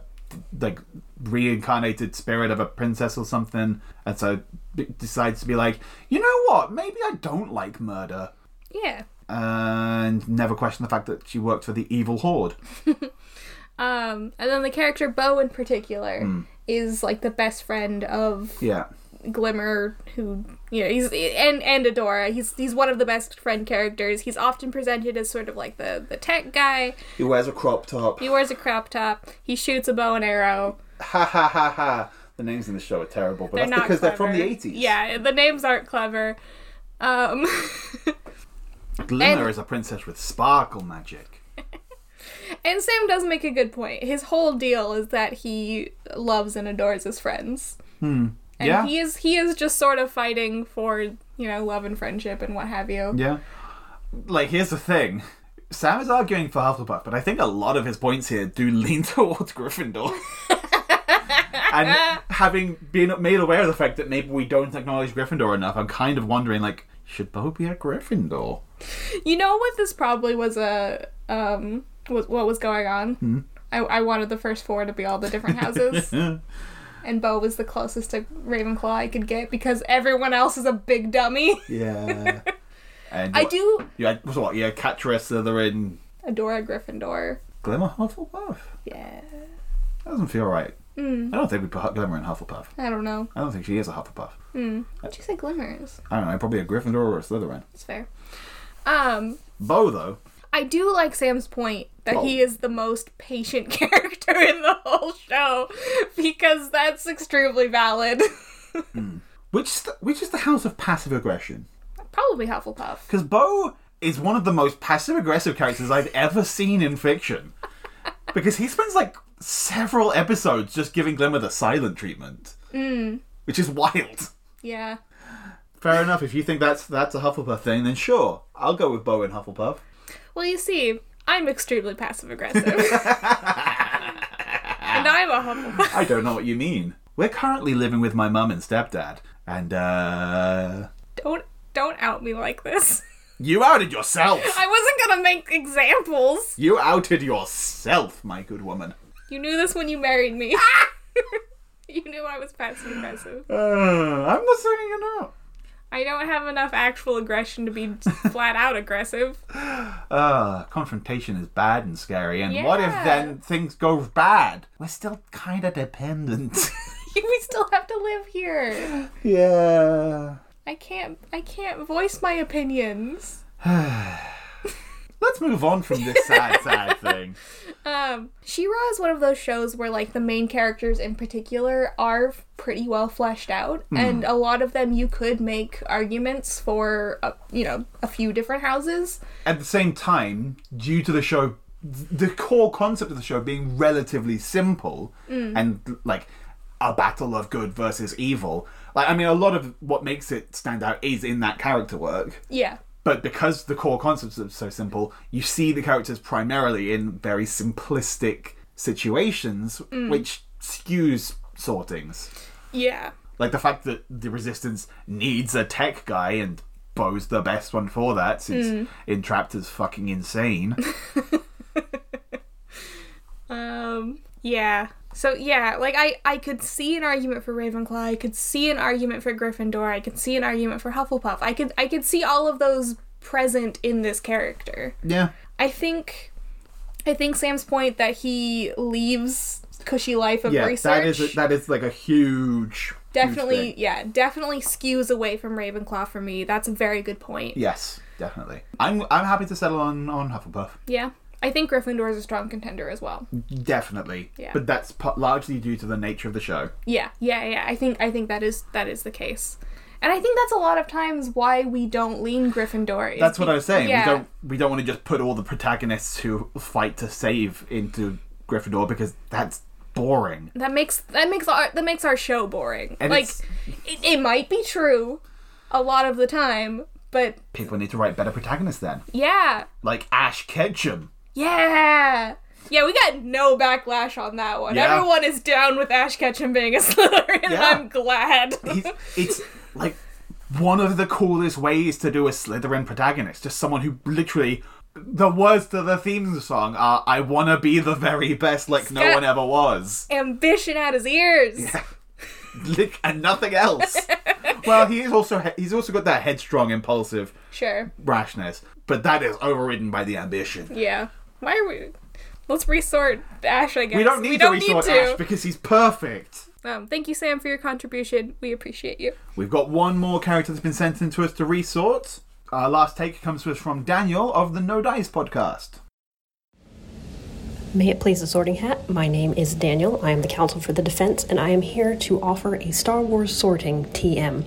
like reincarnated spirit of a princess or something, and so b- decides to be like, you know what? Maybe I don't like murder,
Yeah.
and never question the fact that she worked for the evil Horde.
Um, and then the character Bo in particular
Hmm.
is like the best friend of
Yeah,
Glimmer, who you know he's and and Adora. He's he's one of the best friend characters. He's often presented as sort of like the the tech guy.
he wears a crop top.
He wears a crop top. He shoots a bow and arrow.
Ha ha ha ha. The names in the show are terrible, but
They're
that's
not
because they're from the
clever.
eighties.
Yeah, the names aren't clever. Um,
Glimmer
And-
is a princess with sparkle magic.
and Sam does make a good point. His whole deal is that he loves and adores his friends. Hmm. And
Yeah.
he is he is just sort of fighting for you know love and friendship and what have you.
Yeah. Like, here's the thing. Sam is arguing for Hufflepuff, but I think a lot of his points here do lean towards Gryffindor. and having been made aware of the fact that maybe we don't acknowledge Gryffindor enough, I'm kind of wondering, like, should Bo be a Gryffindor?
You know what this probably was a um was what was going on?
Hmm.
I, I wanted the first four to be all the different houses. And Bo was the closest to Ravenclaw I could get because everyone else is a big dummy.
Yeah. and
I
what-
do
You had, so what, you had Catra, Slytherin,
adore a Gryffindor.
Glimmer, Hufflepuff?
Yeah.
That doesn't feel right.
Hmm.
I don't think we put Glimmer in Hufflepuff.
I don't know.
I don't think she is a Hufflepuff.
What'd you say glimmers?
I don't know, probably a Gryffindor or a Slytherin.
That's fair. Um
Bo, though,
I do like Sam's point that
Oh.
he is the most patient character in the whole show because that's extremely valid.
which, st- which is the house of passive aggression?
Probably Hufflepuff.
Because Bo is one of the most passive aggressive characters I've ever seen in fiction. because he spends like several episodes just giving Glimmer the silent treatment, mm. which is wild.
Yeah.
Fair enough. If you think that's that's a Hufflepuff thing, then sure, I'll go with Bo and Hufflepuff.
Well, you see, I'm extremely passive aggressive. and I'm a Hufflepuff.
I don't know what you mean. We're currently living with my mum and stepdad, and uh,
Don't don't out me like this.
you outed yourself.
I wasn't gonna make examples.
You outed yourself, my good woman.
You knew this when you married me. you knew I was passive aggressive.
Uh, I'm not saying you're not.
I don't have enough actual aggression to be flat out aggressive.
Uh, confrontation is bad and scary, and what if
Yeah.
then things go bad? We're still kind of dependent.
we still have to live here.
yeah.
I can't I can't voice my opinions.
Let's move on from this sad, sad thing.
Um, She-Ra is one of those shows where like the main characters in particular are pretty well fleshed out, and a lot of them you could make arguments for, uh, you know, a few different houses.
At the same time, due to the show, the core concept of the show being relatively simple and like a battle of good versus evil, like, I mean, a lot of what makes it stand out is in that character work.
Yeah,
But because the core concepts are so simple, you see the characters primarily in very simplistic situations,
Mm.
which skews sortings.
yeah,
Like the fact that the Resistance needs a tech guy and Bo's the best one for that since
Mm.
Entrapped is fucking insane.
um, yeah. So yeah, like I I could see an argument for Ravenclaw. I could see an argument for Gryffindor. I could see an argument for Hufflepuff. I could I could see all of those present in this character.
yeah.
I think I think Sam's point that he leaves cushy life of
Yeah,
research
that is a, that is like a huge huge
definitely
thing.
yeah, definitely skews away from Ravenclaw for me. That's a very good point. Yeah.
Yes, definitely. I'm I'm happy to settle on on Hufflepuff.
I think Gryffindor is a strong contender as well.
Mm. Definitely.
Yeah.
But that's pa- largely due to the nature of the show.
Yeah, yeah, yeah. I think I think that is that is the case. And I think that's a lot of times why we don't lean Gryffindor. is
That's what I was
be-
saying.
Yeah.
We don't we don't want to just put all the protagonists who fight to save into Gryffindor because that's boring.
that makes that makes our that makes our show boring.
And
like
it's-
it, it might be true a lot of the time, but
People need to write better protagonists then,
yeah,
like Ash Ketchum.
Yeah. Yeah, we got no backlash on that one.
Yeah.
Everyone is down with Ash Ketchum being a Slytherin, and
Yeah.
I'm glad.
He's, it's like one of the coolest ways to do a Slytherin protagonist, just someone who literally. The words to the theme song are "I wanna be the very best, like no
Scat-
one ever was,"
Ambition at his ears.
Lit- and nothing else. well, he is also he- he's also got that headstrong, impulsive
Sure.
rashness, but that is overridden by the ambition.
Yeah. Why are we. Let's resort Ash, I guess.
We don't need to resort Ash because he's perfect.
Um, thank you, Sam, for your contribution. We appreciate you.
We've got one more character that's been sent in to us to resort. Our last take comes to us from Daniel of the No Dice podcast.
May it please the Sorting Hat, my name is Daniel. I am the counsel for the defense, and I am here to offer a Star Wars sorting TM.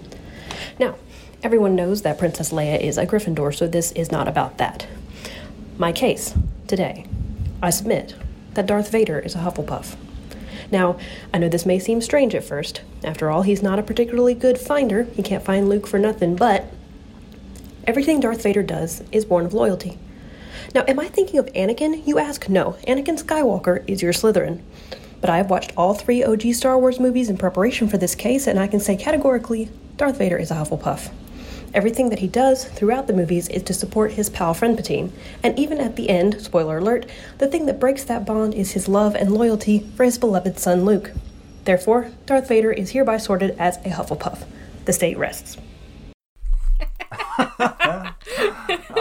Now, everyone knows that Princess Leia is a Gryffindor, so this is not about that. My case today I submit that Darth Vader is a Hufflepuff. Now, I know this may seem strange at first. After all, he's not a particularly good finder, he can't find Luke for nothing, but everything Darth Vader does is born of loyalty. Now, am I thinking of Anakin? You ask. No, Anakin Skywalker is your Slytherin. But I have watched all three OG Star Wars movies in preparation for this case, and I can say categorically Darth Vader is a Hufflepuff. Everything that he does throughout the movies is to support his pal friend Patine. And even at the end, spoiler alert, the thing that breaks that bond is his love and loyalty for his beloved son Luke. Therefore, Darth Vader is hereby sorted as a Hufflepuff. The state rests.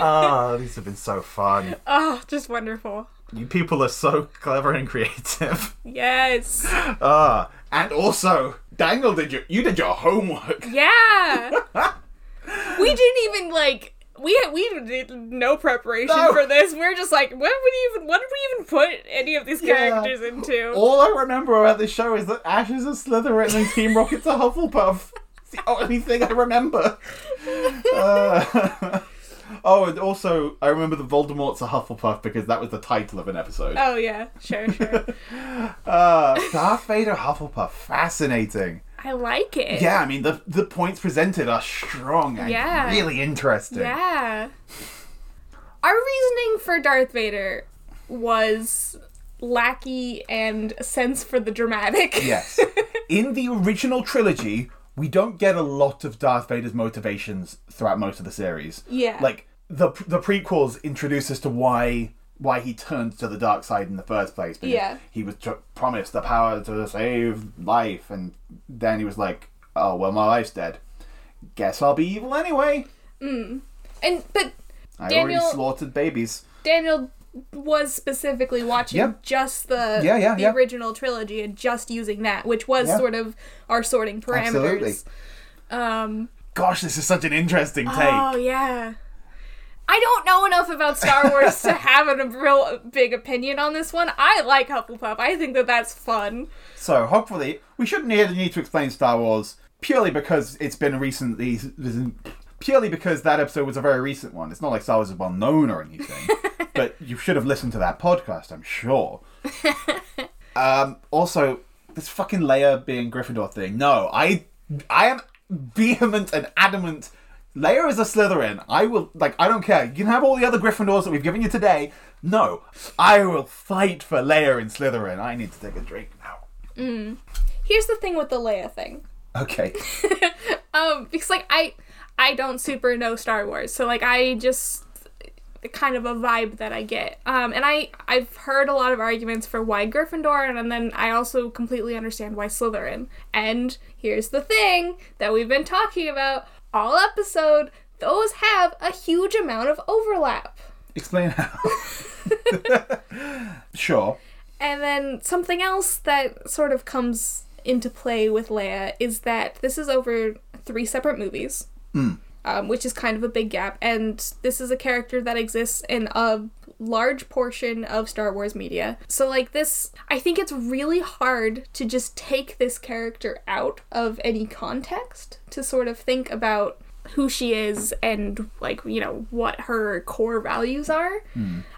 Ah, these have been so fun.
Oh, just wonderful.
You people are so clever and creative.
Yes.
Ah, and also, Daniel, did you you did your homework?
Yeah. we didn't even like we had, we did no preparation
No.
for this. We are just like, what would you even what did we even put any of these characters into?
All I remember about this show is that Ash is a Slytherin and Team Rocket's a Hufflepuff. It's the only thing I remember. Uh, Oh, and also, I remember the Voldemort's a Hufflepuff because that was the title of an episode.
Oh yeah, sure, sure.
Uh, Darth Vader Hufflepuff, fascinating.
I like it.
Yeah, I mean the the points presented are strong and
Yeah.
really interesting.
Yeah. Our reasoning for Darth Vader was lackey and a sense for the dramatic.
Yes. In the original trilogy, we don't get a lot of Darth Vader's motivations throughout most of the series.
Yeah.
Like the the prequels introduce us to why why he turned to the dark side in the first place. because
Yeah.
He was tr- promised the power to save life, and then he was like, "Oh well, my life's dead. Guess I'll be evil anyway.
And but
I
Daniel-
already slaughtered babies."
Daniel was specifically watching
Yep.
just the
Yeah, yeah,
the
yeah.
original trilogy and just using that, which was
Yeah.
sort of our sorting
Absolutely.
parameters. Um
Gosh, this is such an interesting take.
Oh yeah. I don't know enough about Star Wars to have a real big opinion on this one. I like Hufflepuff. I think that that's fun.
So hopefully, we shouldn't really need to explain Star Wars purely because it's been recently. Purely because that episode was a very recent one. It's not like Star Wars is well known or anything. but you should have listened to that podcast, I'm sure. um, also, this fucking Leia being Gryffindor thing. No, I, I am vehement and adamant. Leia is a Slytherin. I will like. I don't care. You can have all the other Gryffindors that we've given you today. No, I will fight for Leia and Slytherin. I need to take a drink now.
Here's the thing with the Leia thing.
Okay.
Um, because like I I don't super know Star Wars, so like I just the kind of a vibe that I get. Um, and I I've heard a lot of arguments for why Gryffindor, and, then I also completely understand why Slytherin. And here's the thing that we've been talking about all episode: those have a huge amount of overlap.
Explain how. sure.
And then something else that sort of comes into play with Leia is that this is over three separate movies,
Hmm.
um, which is kind of a big gap. And this is a character that exists in a large portion of Star Wars media. So, like, this, I think it's really hard to just take this character out of any context to sort of think about who she is and like you know what her core values are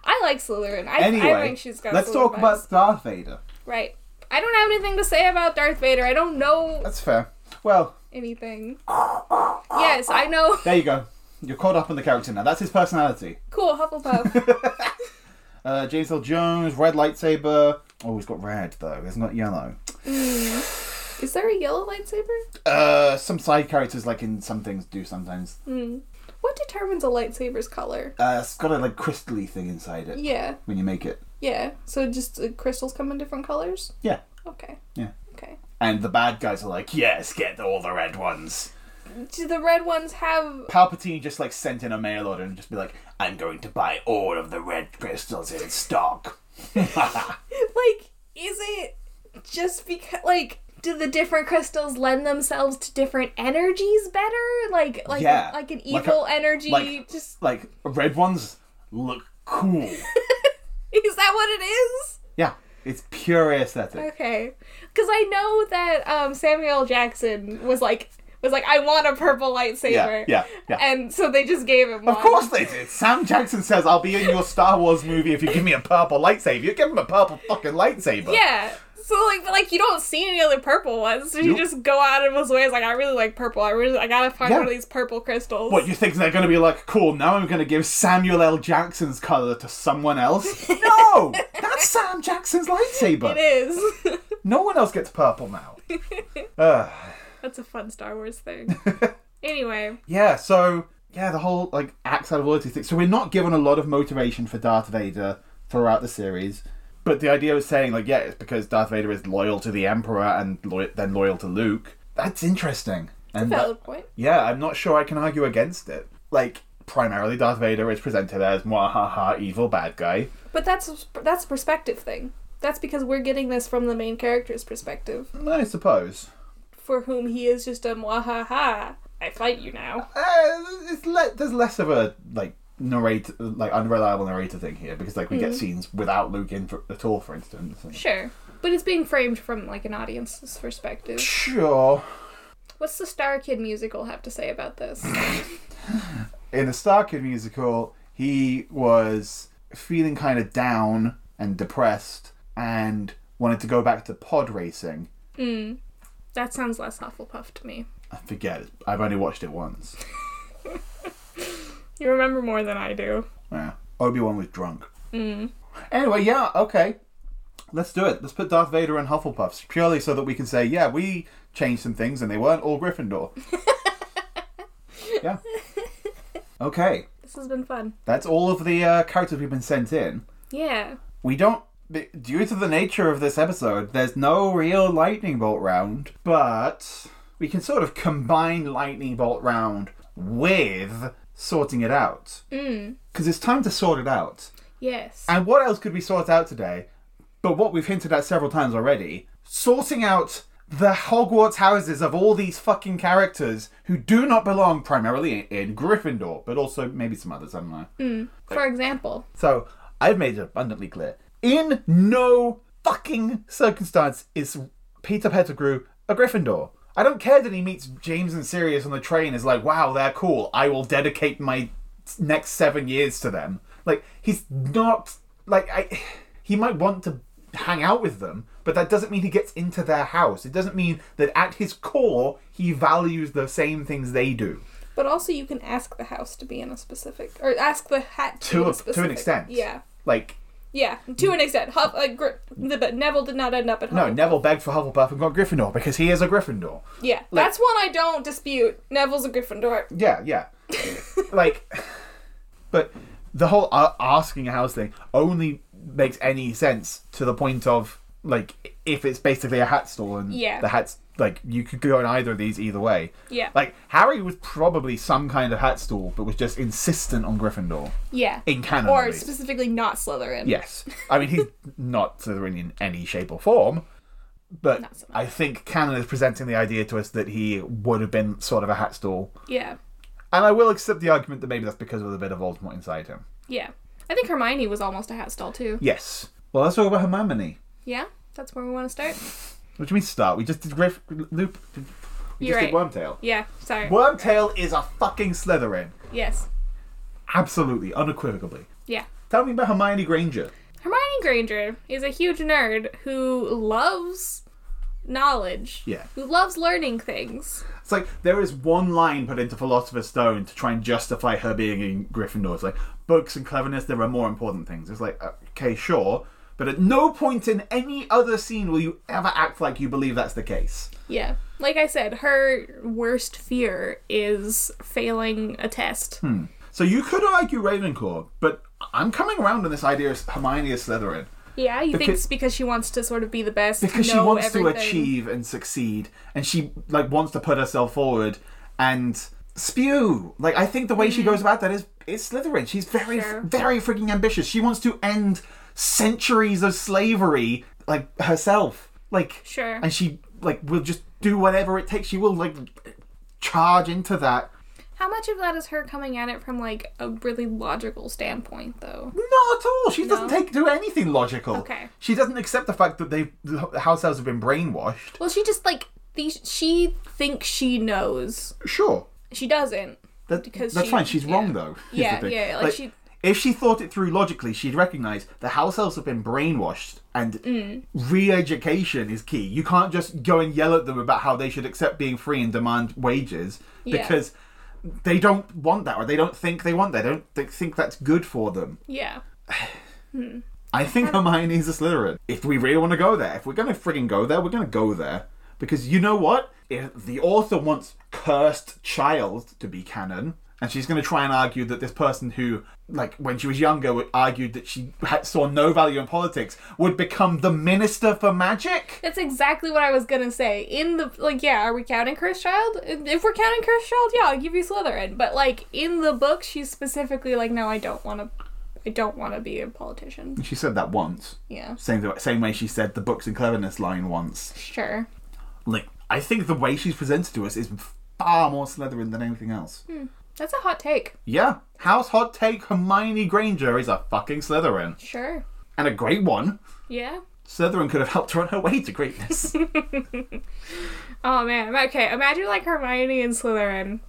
i like slytherin i,
Hmm. Anyway,
I think she's got
let's
Slytherin
talk
vibes.
about Darth Vader.
Right. I don't have anything to say about Darth Vader. I don't know
That's fair. Well,
anything. Yes, I know.
there you go. You're caught up on the character now. That's his personality.
Cool, Hufflepuff.
Uh, James L. Jones, red lightsaber. Oh, he's got red though. It's not yellow.
Is there a yellow lightsaber?
Uh, some side characters, like in some things, do sometimes.
What determines a lightsaber's color?
Uh, it's got a like crystally thing inside it
Yeah,
when you make it.
yeah. So just uh, crystals come in different colors?
Yeah,
Okay.
yeah.
Okay.
And the bad guys are like, yes, get all the red ones.
Do the red ones have
Palpatine just like sent in a mail order and just be like, I'm going to buy all of the red crystals in stock.
like is it just because like do the different crystals lend themselves to different energies better? Like like
Yeah.
like an
Like a-
evil energy
like-
just
like red ones look cool.
is that what it is?
yeah, it's pure aesthetic.
Okay, because I know that um, Samuel Jackson was like was like I want a purple
Yeah,
lightsaber.
yeah, yeah.
And so they just gave him.
Of course they did. Sam Jackson says, "I'll be in your Star Wars movie if you give me a purple lightsaber." You give him a purple fucking lightsaber.
Yeah. So like, but, like you don't see any other purple ones. So you
Nope.
just go out of his way. It's like I really like purple. I really I gotta find
Yeah.
one of these purple crystals.
What you think they're going to be like? Cool. Now I'm going to give Samuel L. Jackson's color to someone else. No, that's Sam Jackson's
It
lightsaber.
is.
No one else gets purple now.
That's a fun Star Wars thing. anyway,
Yeah, so yeah, the whole like acts out of loyalty thing. So we're not given a lot of motivation for Darth Vader throughout the series, but the idea of saying like yeah, it's because Darth Vader is loyal to the Emperor and lo- then loyal to Luke. That's interesting. And that-
valid point.
yeah, I'm not sure I can argue against it. Like primarily, Darth Vader is presented as mwahaha evil bad guy.
But that's that's a perspective thing. That's because we're getting this from the main character's perspective,
I suppose.
for whom he is just a mwahaha. I fight you now.
Uh, it's le- there's less of a like narrate like unreliable narrator thing here because like we get scenes without Luke in for- at all, for instance. And-
Sure. But it's being framed from like an audience's perspective.
Sure.
What's the Star Kid musical have to say about this?
in the Star Kid musical, he was feeling kind of down and depressed and wanted to go back to pod racing.
That sounds less Hufflepuff to me.
I forget. I've only watched it once.
You remember more than I do.
Yeah. Obi Wan was drunk. Anyway, yeah, okay. Let's do it. Let's put Darth Vader and Hufflepuffs purely so that we can say, yeah, we changed some things and they weren't all Gryffindor. yeah. Okay.
This has been fun.
That's all of the uh, characters we've been sent in.
Yeah.
We don't. b- Due to the nature of this episode, there's no real lightning bolt round, but we can sort of combine lightning bolt round with sorting it out. Because it's time to sort it out.
Yes.
And what else could we sort out today? But what we've hinted at several times already sorting out the Hogwarts houses of all these fucking characters who do not belong primarily in, in Gryffindor, but also maybe some others, I don't know.
For example,
So I've made it abundantly clear. In no fucking circumstance is Peter Pettigrew a Gryffindor. I don't care that he meets James and Sirius on the train is like, wow, they're cool. I will dedicate my next seven years to them. Like, he's not like I he might want to hang out with them, but that doesn't mean he gets into their house. It doesn't mean that at his core he values the same things they do.
but also you can ask the house to be in a specific, or ask the hat to,
To
be in
a,
a specific.
to an extent.
Yeah.
Like
Yeah, to an extent. Huff, uh, Gr- the, but Neville did not end up at
no,
home.
Neville begged for Hufflepuff and got Gryffindor because he is a Gryffindor.
Yeah, that's one I don't dispute. Neville's a Gryffindor.
Yeah, yeah. like, but the whole a asking a house thing only makes any sense to the point of like if it's basically a hat store and
Yeah.
the hats like you could go in either of these either way.
Yeah.
Like Harry was probably some kind of hat stall, but was just insistent on Gryffindor.
Yeah.
In canon, at
Or
least.
specifically not Slytherin.
Yes, I mean he's not Slytherin in any shape or form, but
so much.
I think canon is presenting the idea to us that he would have been sort of a hat stall.
Yeah.
And I will accept the argument that maybe that's because of the bit of Voldemort inside him.
Yeah. I think Hermione was almost a hat stall too.
Yes. Well, let's talk about Hermione.
Yeah? That's where we want to start?
What do you mean start? We just did Griff Loop. We
You're
just did
right.
Wormtail.
Yeah, sorry.
Wormtail is a fucking Slytherin.
Yes.
Absolutely, unequivocally.
Yeah.
Tell me about Hermione Granger.
Hermione Granger is a huge nerd who loves knowledge.
Yeah.
Who loves learning things.
It's like there is one line put into Philosopher's Stone to try and justify her being in Gryffindor. It's like books and cleverness. There are more important things. It's like okay, sure, but at no point in any other scene will you ever act like you believe that's the case.
Yeah. Like I said, her worst fear is failing a test.
Hmm. So you could argue Ravenclaw, but I'm coming around on this idea of Hermione as Slytherin
Yeah, you think
Because-
it's because she wants to sort of be the best.
because she
know
wants
everything.
to achieve and succeed, and she like wants to put herself forward and spew. Like I think the way she goes about that is is Slytherin. She's very
Mm-hmm. Sure.
very freaking ambitious. She wants to end centuries of slavery like herself. Like
Sure.
and she like will just do whatever it takes. She will like charge into that.
How much of that is her coming at it from like a really logical standpoint, though?
Not at all. She doesn't
No?
take do anything logical.
Okay.
She doesn't accept the fact that they the house elves have been brainwashed.
Well, she just like these. She thinks she knows.
Sure.
She doesn't.
That,
Because
that's
she-
fine. She's
yeah.
wrong though. is the
Yeah,
thing.
yeah, like, she-
If she thought it through logically, she'd recognize the house elves have been brainwashed, and
Mm.
re-education is key. You can't just go and yell at them about how they should accept being free and demand wages
Yeah.
because they don't want that, or they don't think they want that. They don't they think that's good for them.
Yeah.
I think Hermione's a Slytherin. If we really want to go there, if we're going to frigging go there, we're going to go there. Because you know what? If the author wants cursed child to be canon, and she's going to try and argue that this person who, like, when she was younger, argued that she had, saw no value in politics, would become the minister for magic.
That's exactly what I was gonna say. In the like, yeah, are we counting Cursed Child? If we're counting Cursed Child, yeah, I'll give you Slytherin. But like in the book, she's specifically like, no, I don't want to. I don't want to be a politician.
She said that once.
Yeah.
Same same way she said the books and cleverness line once.
Sure.
Like, I think the way she's presented to us is far more Slytherin than anything else.
That's a hot take.
Yeah, house hot take Hermione Granger is a fucking Slytherin.
Sure.
And a great one.
Yeah.
Slytherin could have helped her on her way to greatness.
Oh man, okay. Imagine like Hermione and Slytherin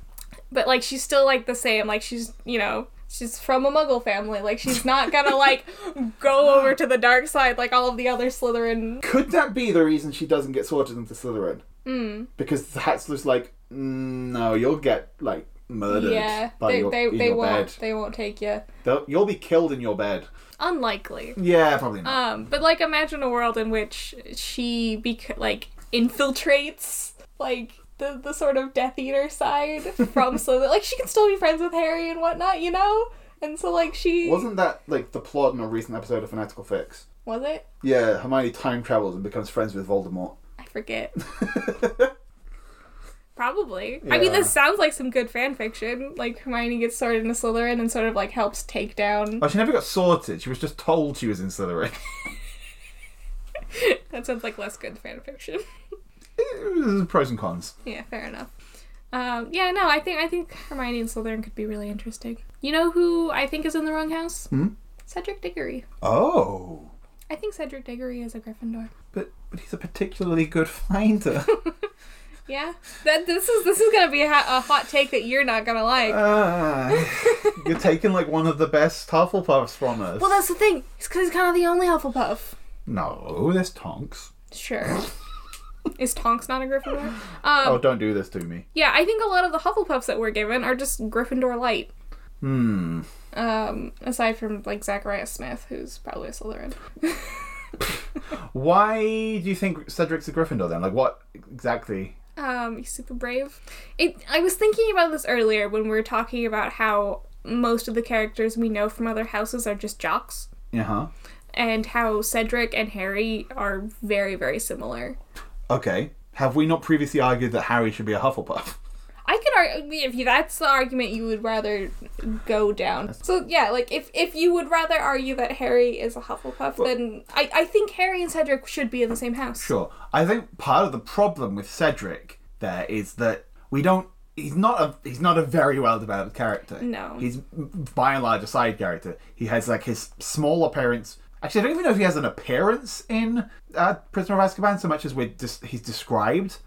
but like she's still like the same. Like she's you know she's from a Muggle family. Like she's not gonna like go over to the dark side like all of the other Slytherin.
Could that be the reason she doesn't get sorted into Slytherin?
Hmm.
Mm. Because the Hatzler's like, "Mm, no, you'll get like murdered
Yeah,
by
they
your,
they,
in
they
your
won't
bed.
they won't take you.
They'll- You'll be killed in your bed.
Unlikely.
Yeah, probably not.
Um, but like imagine a world in which she bec- like infiltrates like the the sort of Death Eater side from so that like she can still be friends with Harry and whatnot, you know. And so like she
Wasn't that like the plot in a recent episode of Fanatical Fix?
was it?
Yeah, Hermione time travels and becomes friends with Voldemort.
I forget. Probably. I mean, this sounds like some good fan fiction. Like Hermione gets sorted into Slytherin and sort of like helps take down.
Oh, she never got sorted. She was just told she was in Slytherin.
That sounds like less good fan fiction.
There's pros and cons.
Yeah, fair enough. Um, yeah, no, I think I think Hermione and Slytherin could be really interesting. You know who I think is in the wrong house? Hmm? Cedric Diggory.
Oh,
I think Cedric Diggory is a Gryffindor.
but but he's a particularly good finder.
Yeah, that this is this is gonna be a, ha- a hot take that you're not gonna like.
Ah, you're taking like one of the best Hufflepuffs from us.
well, that's the thing. It's because he's kind of the only Hufflepuff.
no, there's Tonks.
Sure. is Tonks not a Gryffindor? Um,
Oh, don't do this to me.
Yeah, I think a lot of the Hufflepuffs that we're given are just Gryffindor light. Hmm. Um, aside from like Zachariah Smith, who's probably a Slytherin.
Why do you think Cedric's a Gryffindor then? Like, what exactly?
Um, he's super brave. It. I was thinking about this earlier when we were talking about how most of the characters we know from other houses are just jocks,
Uh huh.
and how Cedric and Harry are very, very similar.
Okay. Have we not previously argued that Harry should be a Hufflepuff?
I could argue if you, that's the argument you would rather go down. So yeah, like if if you would rather argue that Harry is a Hufflepuff, then I I think Harry and Cedric should be in the same house.
Sure. I think part of the problem with Cedric there is that we don't. He's not a he's not a very well developed character.
No.
He's by and large a side character. He has like his small appearance. Actually, I don't even know if he has an appearance in uh, Prisoner of Azkaban so much as we're dis- he's described.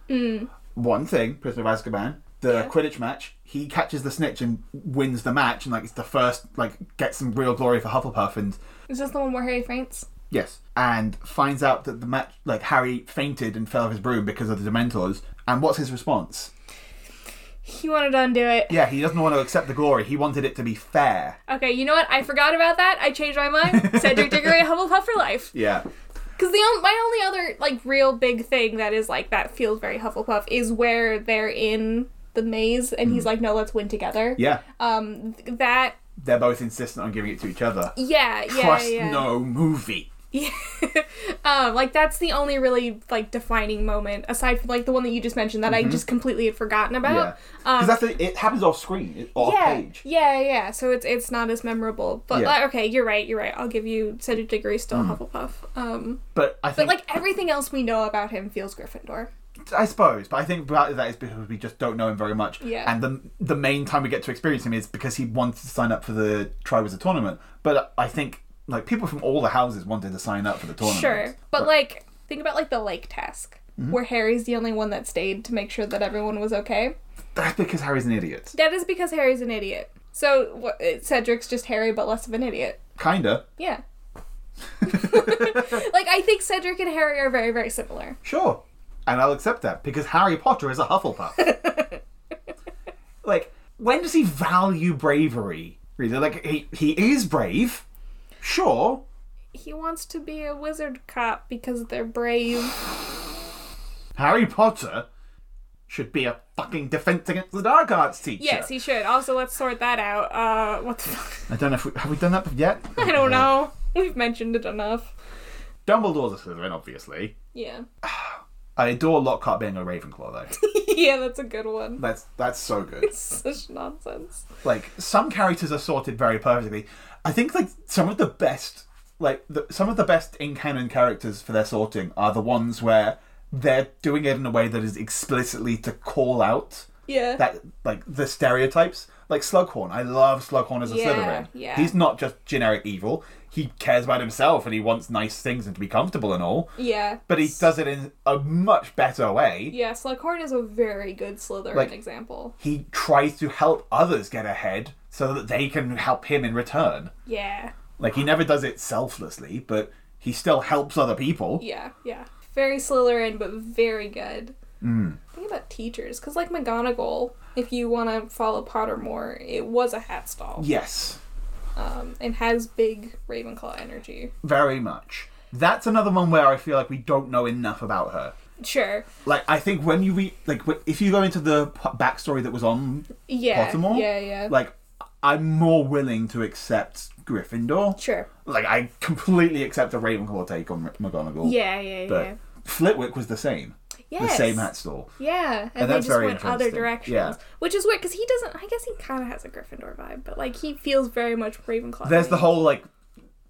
One thing, Prisoner of Azkaban, the Quidditch match. He catches the snitch and wins the match, and like it's the first like gets some real glory for Hufflepuff and.
Is this the one where Harry faints?
Yes. And finds out that the match, like Harry fainted and fell off his broom because of the Dementors. And what's his response?
He wanted to undo it.
Yeah, he doesn't want to accept the glory. He wanted it to be fair.
Okay, you know what? I forgot about that. I changed my mind. Cedric Diggory, Hufflepuff for life.
Yeah.
Because the on- my only other like real big thing that is like that feels very Hufflepuff is where they're in the maze and he's like, no, let's win together.
Mm. Yeah.
Um, th- that.
They're both insistent on giving it to each other.
Yeah, yeah,
Trust
yeah.
no movie.
Um, like that's the only really like defining moment aside from like the one that you just mentioned that I just completely had forgotten
Mm-hmm. Yeah.
about.
Because that's the, it happens off screen, it- off
yeah,
page.
yeah, yeah. So it's it's not as memorable, but
Yeah. Mm.
like, okay, you're right, you're right. I'll give you Cedric Diggory still Hufflepuff. Um,
But I
but
think,
like everything else we know about him feels Gryffindor.
I suppose, but I think part of that is because we just don't know him very much.
Yeah.
And the the main time we get to experience him is because he wanted to sign up for the Triwizard tournament. But I think like people from all the houses wanted to sign up for the tournament.
Sure, but like think about like the lake task
Mm-hmm.
where Harry's the only one that stayed to make sure that everyone was okay.
That's because Harry's an idiot.
That is because Harry's an idiot. So wha- Cedric's just Harry, but less of an idiot.
Kinda.
Yeah. like I think Cedric and Harry are very very similar.
Sure. And I'll accept that because Harry Potter is a Hufflepuff. like, when does he value bravery? Really? Like, he, he is brave. Sure.
He wants to be a wizard cop because they're brave.
Harry Potter should be a fucking Defense Against the Dark Arts teacher.
Yes, he should. Also, let's sort that out. Uh, what the fuck?
I don't know if we have we done that yet?
I don't
Uh-huh.
know. We've mentioned it enough.
Dumbledore's a Slytherin, obviously.
Yeah.
I adore Lockhart being a Ravenclaw, though.
yeah, that's a good one.
that's that's so good.
Such nonsense.
like some characters are sorted very perfectly. I think like some of the best like the, some of the best in canon characters for their sorting are the ones where they're doing it in a way that is explicitly to call out
Yeah.
that like the stereotypes. Like Slughorn, I love Slughorn as a
Yeah,
Slytherin.
yeah.
He's not just generic evil. He cares about himself and he wants nice things and to be comfortable and all.
yeah.
But he does it in a much better way.
Yeah, Slughorn is a very good Slytherin
Like-
example.
He tries to help others get ahead so that they can help him in return.
Yeah.
Like he never does it selflessly, but he still helps other people.
Yeah, yeah. Very Slytherin, but very good. Mm. Think about teachers, because like McGonagall, if you want to follow Pottermore, it was a hat stall
Yes,
and has big Ravenclaw energy.
very much. That's another one where I feel like we don't know enough about her.
Sure.
Like I think when you read, like wh- if you go into the p- backstory that was on
Yeah.
Pottermore,
Yeah, yeah.
like I'm more willing to accept Gryffindor.
sure.
Like I completely accept the Ravenclaw take on M- McGonagall.
Yeah, yeah, yeah.
but Flitwick was the same.
yes.
The same hat store.
Yeah, and,
And
they
that's
just
very
went other
interesting.
directions,
Yeah.
which is weird because he doesn't. I guess he kind of has a Gryffindor vibe, but like he feels very much Ravenclaw. to
There's
me.
the whole like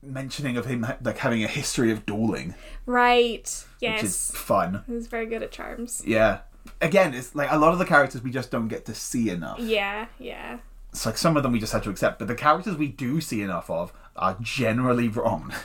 mentioning of him ha- like having a history of dueling,
right.
which
Yes,
is fun.
he's very good at charms.
Yeah. Again, it's like a lot of the characters we just don't get to see enough.
Yeah, yeah.
It's like some of them we just had to accept, but the characters we do see enough of are generally wrong.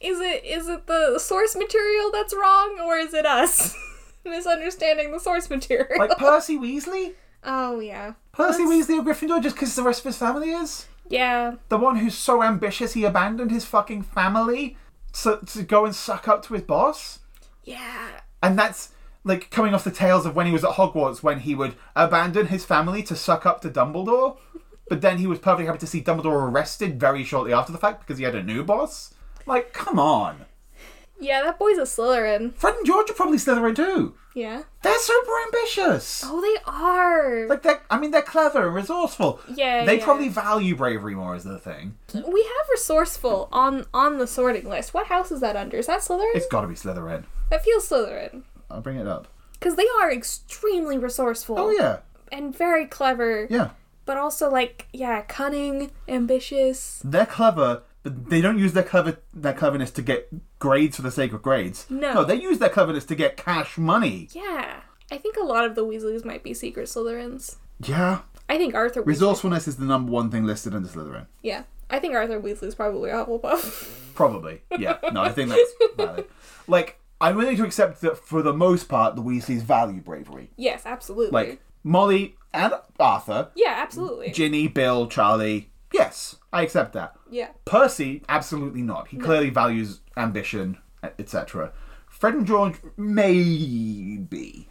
Is it is it the source material that's wrong, or is it us misunderstanding the source material?
Like Percy Weasley?
oh yeah,
Percy Weasley of Gryffindor just because the rest of his family is?
yeah,
The one who's so ambitious he abandoned his fucking family so, to go and suck up to his boss?
yeah.
And that's like coming off the tails of when he was at Hogwarts when he would abandon his family to suck up to Dumbledore. But then he was perfectly happy to see Dumbledore arrested very shortly after the fact because he had a new boss. Like, come on.
Yeah, that boy's a Slytherin.
Fred and George are probably Slytherin too.
Yeah.
They're super ambitious.
Oh, they are.
Like they're, I mean, they're clever and resourceful.
Yeah,
They
yeah.
probably value bravery more as the thing.
we have resourceful on on the sorting list. What house is that under? Is that Slytherin?
It's got to be Slytherin.
that feels Slytherin.
I'll bring it up.
Because they are extremely resourceful.
Oh yeah,
And very clever.
yeah.
But also, like, yeah, cunning, ambitious.
They're clever, but they don't use their clever their cleverness to get grades for the sake of grades.
No.
no, they use their cleverness to get cash money.
Yeah. I think a lot of the Weasleys might be secret Slytherins.
Yeah.
I think Arthur Weasley.
Resourcefulness is the number one thing listed under Slytherin.
yeah. I think Arthur Weasley's probably a Hufflepuff.
Probably. Yeah. No, I think that's valid. Like, I'm willing to accept that for the most part, the Weasleys value bravery.
yes, absolutely.
Like Molly and Arthur,
yeah, absolutely.
Ginny, Bill, Charlie. Yes, I accept that.
yeah.
Percy, absolutely not. He clearly values ambition, e- etc. Fred and George, maybe.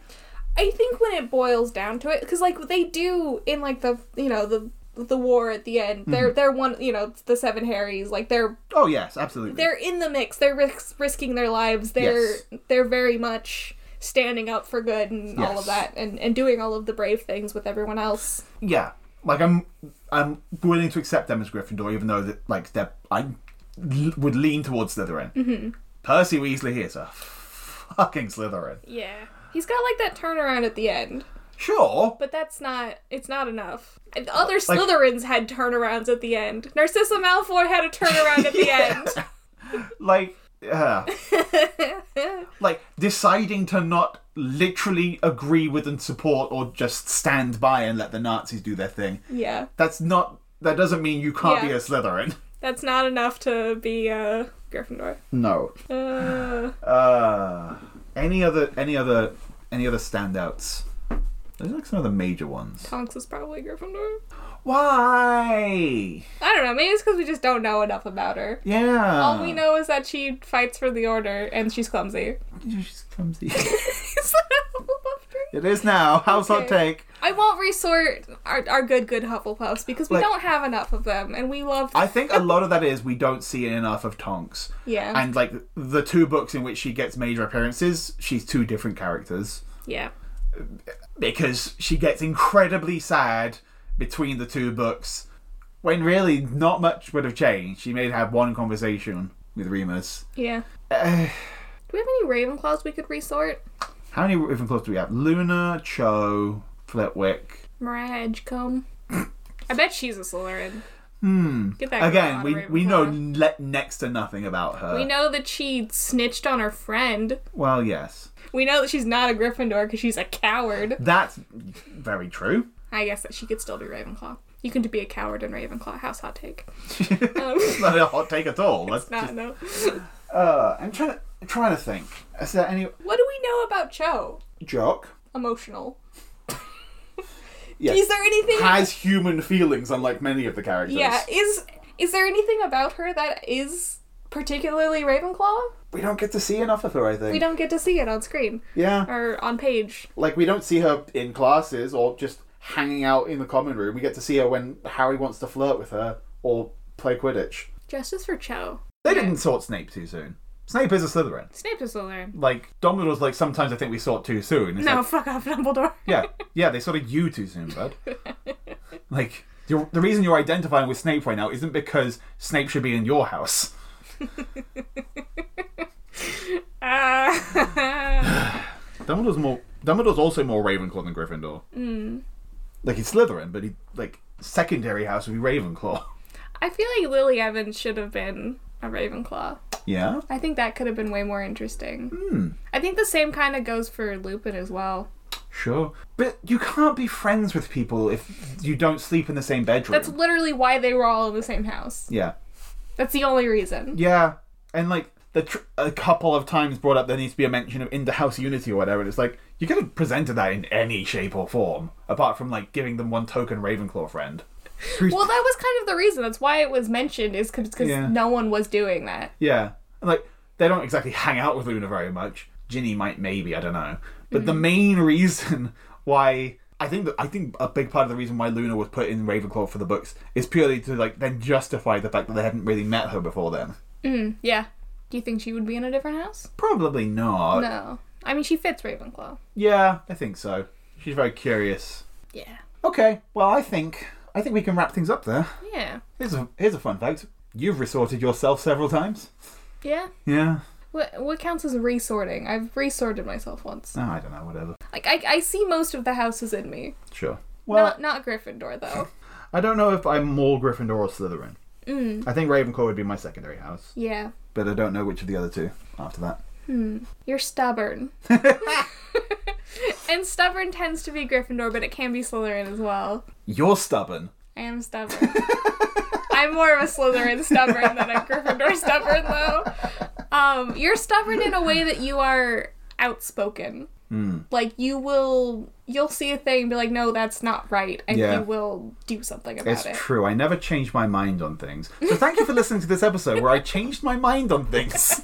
I think when it boils down to it, because like they do in like the you know the the war at the end, they're
Mm-hmm.
they're one you know the Seven Harrys, like they're
Oh yes, absolutely.
they're in the mix. They're ris- risking their lives. They're
Yes.
they're very much standing up for good and all
Yes.
of that, and and doing all of the brave things with everyone else.
yeah, like I'm, I'm willing to accept them as Gryffindor, even though that like they're I l- would lean towards Slytherin. Percy Weasley is a fucking Slytherin.
Yeah, he's got like that turnaround at the end,
Sure,
but that's not it's not enough. And the other
Like-
Slytherins had turnarounds at the end. Narcissa Malfoy had a turnaround at the end.
like. Uh, like deciding to not literally agree with and support or just stand by and let the Nazis do their thing.
Yeah,
that's not that doesn't mean you can't be
Yeah.
a Slytherin.
that's not enough to be uh, Gryffindor.
No.
Uh,
Uh any other any other any other standouts? There's like some other major ones.
Tonks is probably Gryffindor.
Why?
I don't know. Maybe it's because we just don't know enough about her.
Yeah.
All Oh, we know is that she fights for the order and she's clumsy.
She's clumsy.
Is that a Hufflepuff drink?
it is now. House hot
Okay.
take.
I won't resort our, our good, good Hufflepuffs because we
Like-
don't have enough of them and we love.
I think a lot of that is we don't see enough of Tonks.
Yeah.
And like the two books in which she gets major appearances, she's two different characters.
yeah.
because she gets incredibly sad between the two books when really not much would have changed. She may have had one conversation with Remus.
Yeah. do we have any Ravenclaws we could resort?
How many Ravenclaws do we have? Luna, Cho, Flitwick.
Mariah Edgecombe. I bet she's a Slytherin. Get that
Hmm. Again,
girl out of
we, we know
Ravenclaw.
le- next to nothing about her.
We know that she snitched on her friend.
Well, yes.
We know that she's not a Gryffindor because she's a coward.
That's very true.
I guess that she could still be Ravenclaw. You can be a coward in Ravenclaw. House hot take.
It's not a hot take at all. That's
Not
just-
no.
uh, I'm trying to, I'm trying to think. Is there any.
What do we know about Cho?
Jock?
Emotional.
Yes.
Is there anything?
Has human feelings, unlike many of the characters.
yeah. Is is there anything about her that is particularly Ravenclaw?
We don't get to see enough of her, I think.
We don't get to see it on screen
Yeah.
or on page.
Like we don't see her in classes or just hanging out in the common room. We get to see her when Harry wants to flirt with her or play Quidditch.
Justice for Cho.
They didn't sort Snape too soon. Snape is a Slytherin.
Snape is still there.
Like Dumbledore's like sometimes I think we sort too soon. It's
No,
like,
fuck off, Dumbledore.
yeah, yeah, they sorted you too soon, bud. like the, the reason you're identifying with Snape right now isn't because Snape should be in your house.
Ah.
Dumbledore's more. Dumbledore's also more Ravenclaw than Gryffindor. Mm.
Hmm.
Like he's Slytherin, but he like secondary house would be Ravenclaw.
I feel like Lily Evans should have been a Ravenclaw.
Yeah.
I think that could have been way more interesting. I think the same kind of goes for Lupin as well.
Sure. But you can't be friends with people if you don't sleep in the same bedroom.
That's literally why they were all in the same house.
yeah.
That's the only reason.
Yeah. And like the tr- a couple of times brought up there needs to be a mention of inter-house unity or whatever. And it's like you could have presented that in any shape or form apart from like giving them one token Ravenclaw friend.
Well, that was kind of the reason. That's why it was mentioned, is because
Yeah.
no one was doing that.
Yeah. And like they don't exactly hang out with Luna very much. Ginny might maybe, I don't know. But the main reason why I think that I think a big part of the reason why Luna was put in Ravenclaw for the books is purely to like then justify the fact that they hadn't really met her before then.
Yeah. Do you think she would be in a different house?
Probably not.
No. I mean, she fits Ravenclaw.
Yeah, I think so. She's very curious.
Yeah.
Okay, well I think I think we can wrap things up there.
Yeah.
Here's a here's a fun fact. You've resorted yourself several times.
Yeah.
Yeah.
What, what counts as resorting? I've resorted myself once.
Oh, I don't know, whatever.
Like, I, I see most of the houses in me.
Sure. Well,
not, not Gryffindor, though.
I don't know if I'm more Gryffindor or Slytherin.
Mm.
I think Ravenclaw would be my secondary house,
yeah.
but I don't know which of the other two after that.
You're stubborn. and stubborn tends to be Gryffindor, but it can be Slytherin as well.
You're stubborn.
I am stubborn. I'm more of a Slytherin stubborn than a Gryffindor stubborn, though. Um, you're stubborn in a way that you are outspoken.
Hmm.
Like you will, you'll see a thing and be like, "No, that's not right," and
Yeah.
you will do something about
It's
it.
true. I never change my mind on things. So thank you for listening to this episode where I changed my mind on things.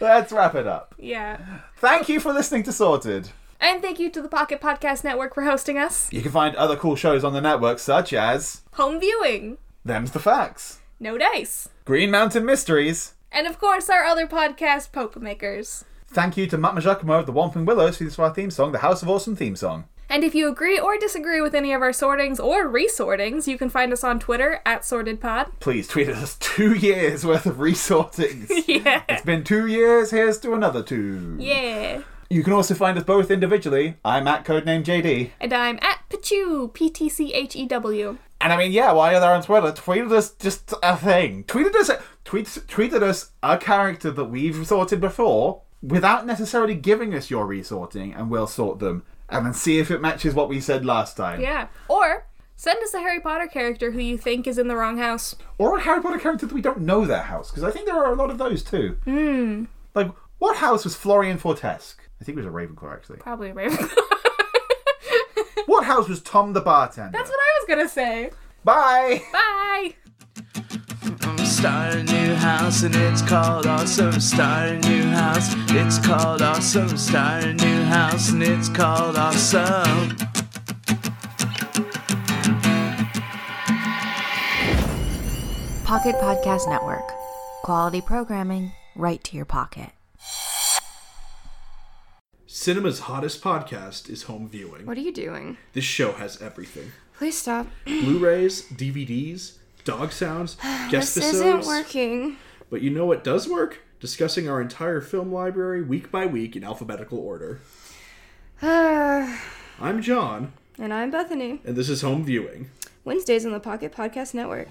Let's wrap it up.
yeah.
Thank you for listening to Sorted.
And thank you to the Pocket Podcast Network for hosting us.
You can find other cool shows on the network such as
Home viewing,
Them's the Facts,
no dice.
Green Mountain Mysteries.
And of course, our other podcast, Poke Makers. Thank
Thank you to Matt Majacomo of the Whomping Willows for our theme song, the House of Awesome theme song.
And if you agree or disagree with any of our sortings or resortings, you can find us on Twitter at SortedPod.
Please tweet at us two years worth of resortings.
Yeah.
It's been two years, here's to another two.
Yeah.
You can also find us both individually. I'm at Codename JD.
And I'm at Pichu, P T C H E W.
And I mean, yeah, while you're there on Twitter, tweeted us just a thing. Tweeted us, tweet, tweeted us a character that we've sorted before without necessarily giving us your resorting, and we'll sort them and then see if it matches what we said last time.
Yeah. Or send us a Harry Potter character who you think is in the wrong house.
Or a Harry Potter character that we don't know their house, because I think there are a lot of those too. Hmm. Like, what house was Florian Fortesque? I think it was a Ravenclaw, actually.
Probably Ravenclaw. That's
What house was Tom the bartender?
what I was gonna say.
Bye.
Bye.
I'm starting a new house and it's called awesome. Starting a new house, it's called awesome. Starting a new house and it's called awesome.
Pocket Podcast Network. Quality programming right to your pocket.
Cinema's hottest podcast is home viewing.
What are you doing?
This show has everything
Please stop.
Blu rays, DVDs, dog sounds, guest
This
episodes.
isn't working.
But you know what does work? Discussing our entire film library week by week in alphabetical order.
Uh,
I'm John,
And I'm Bethany.
and this is Home Viewing.
Wednesdays on the Pocket Podcast Network.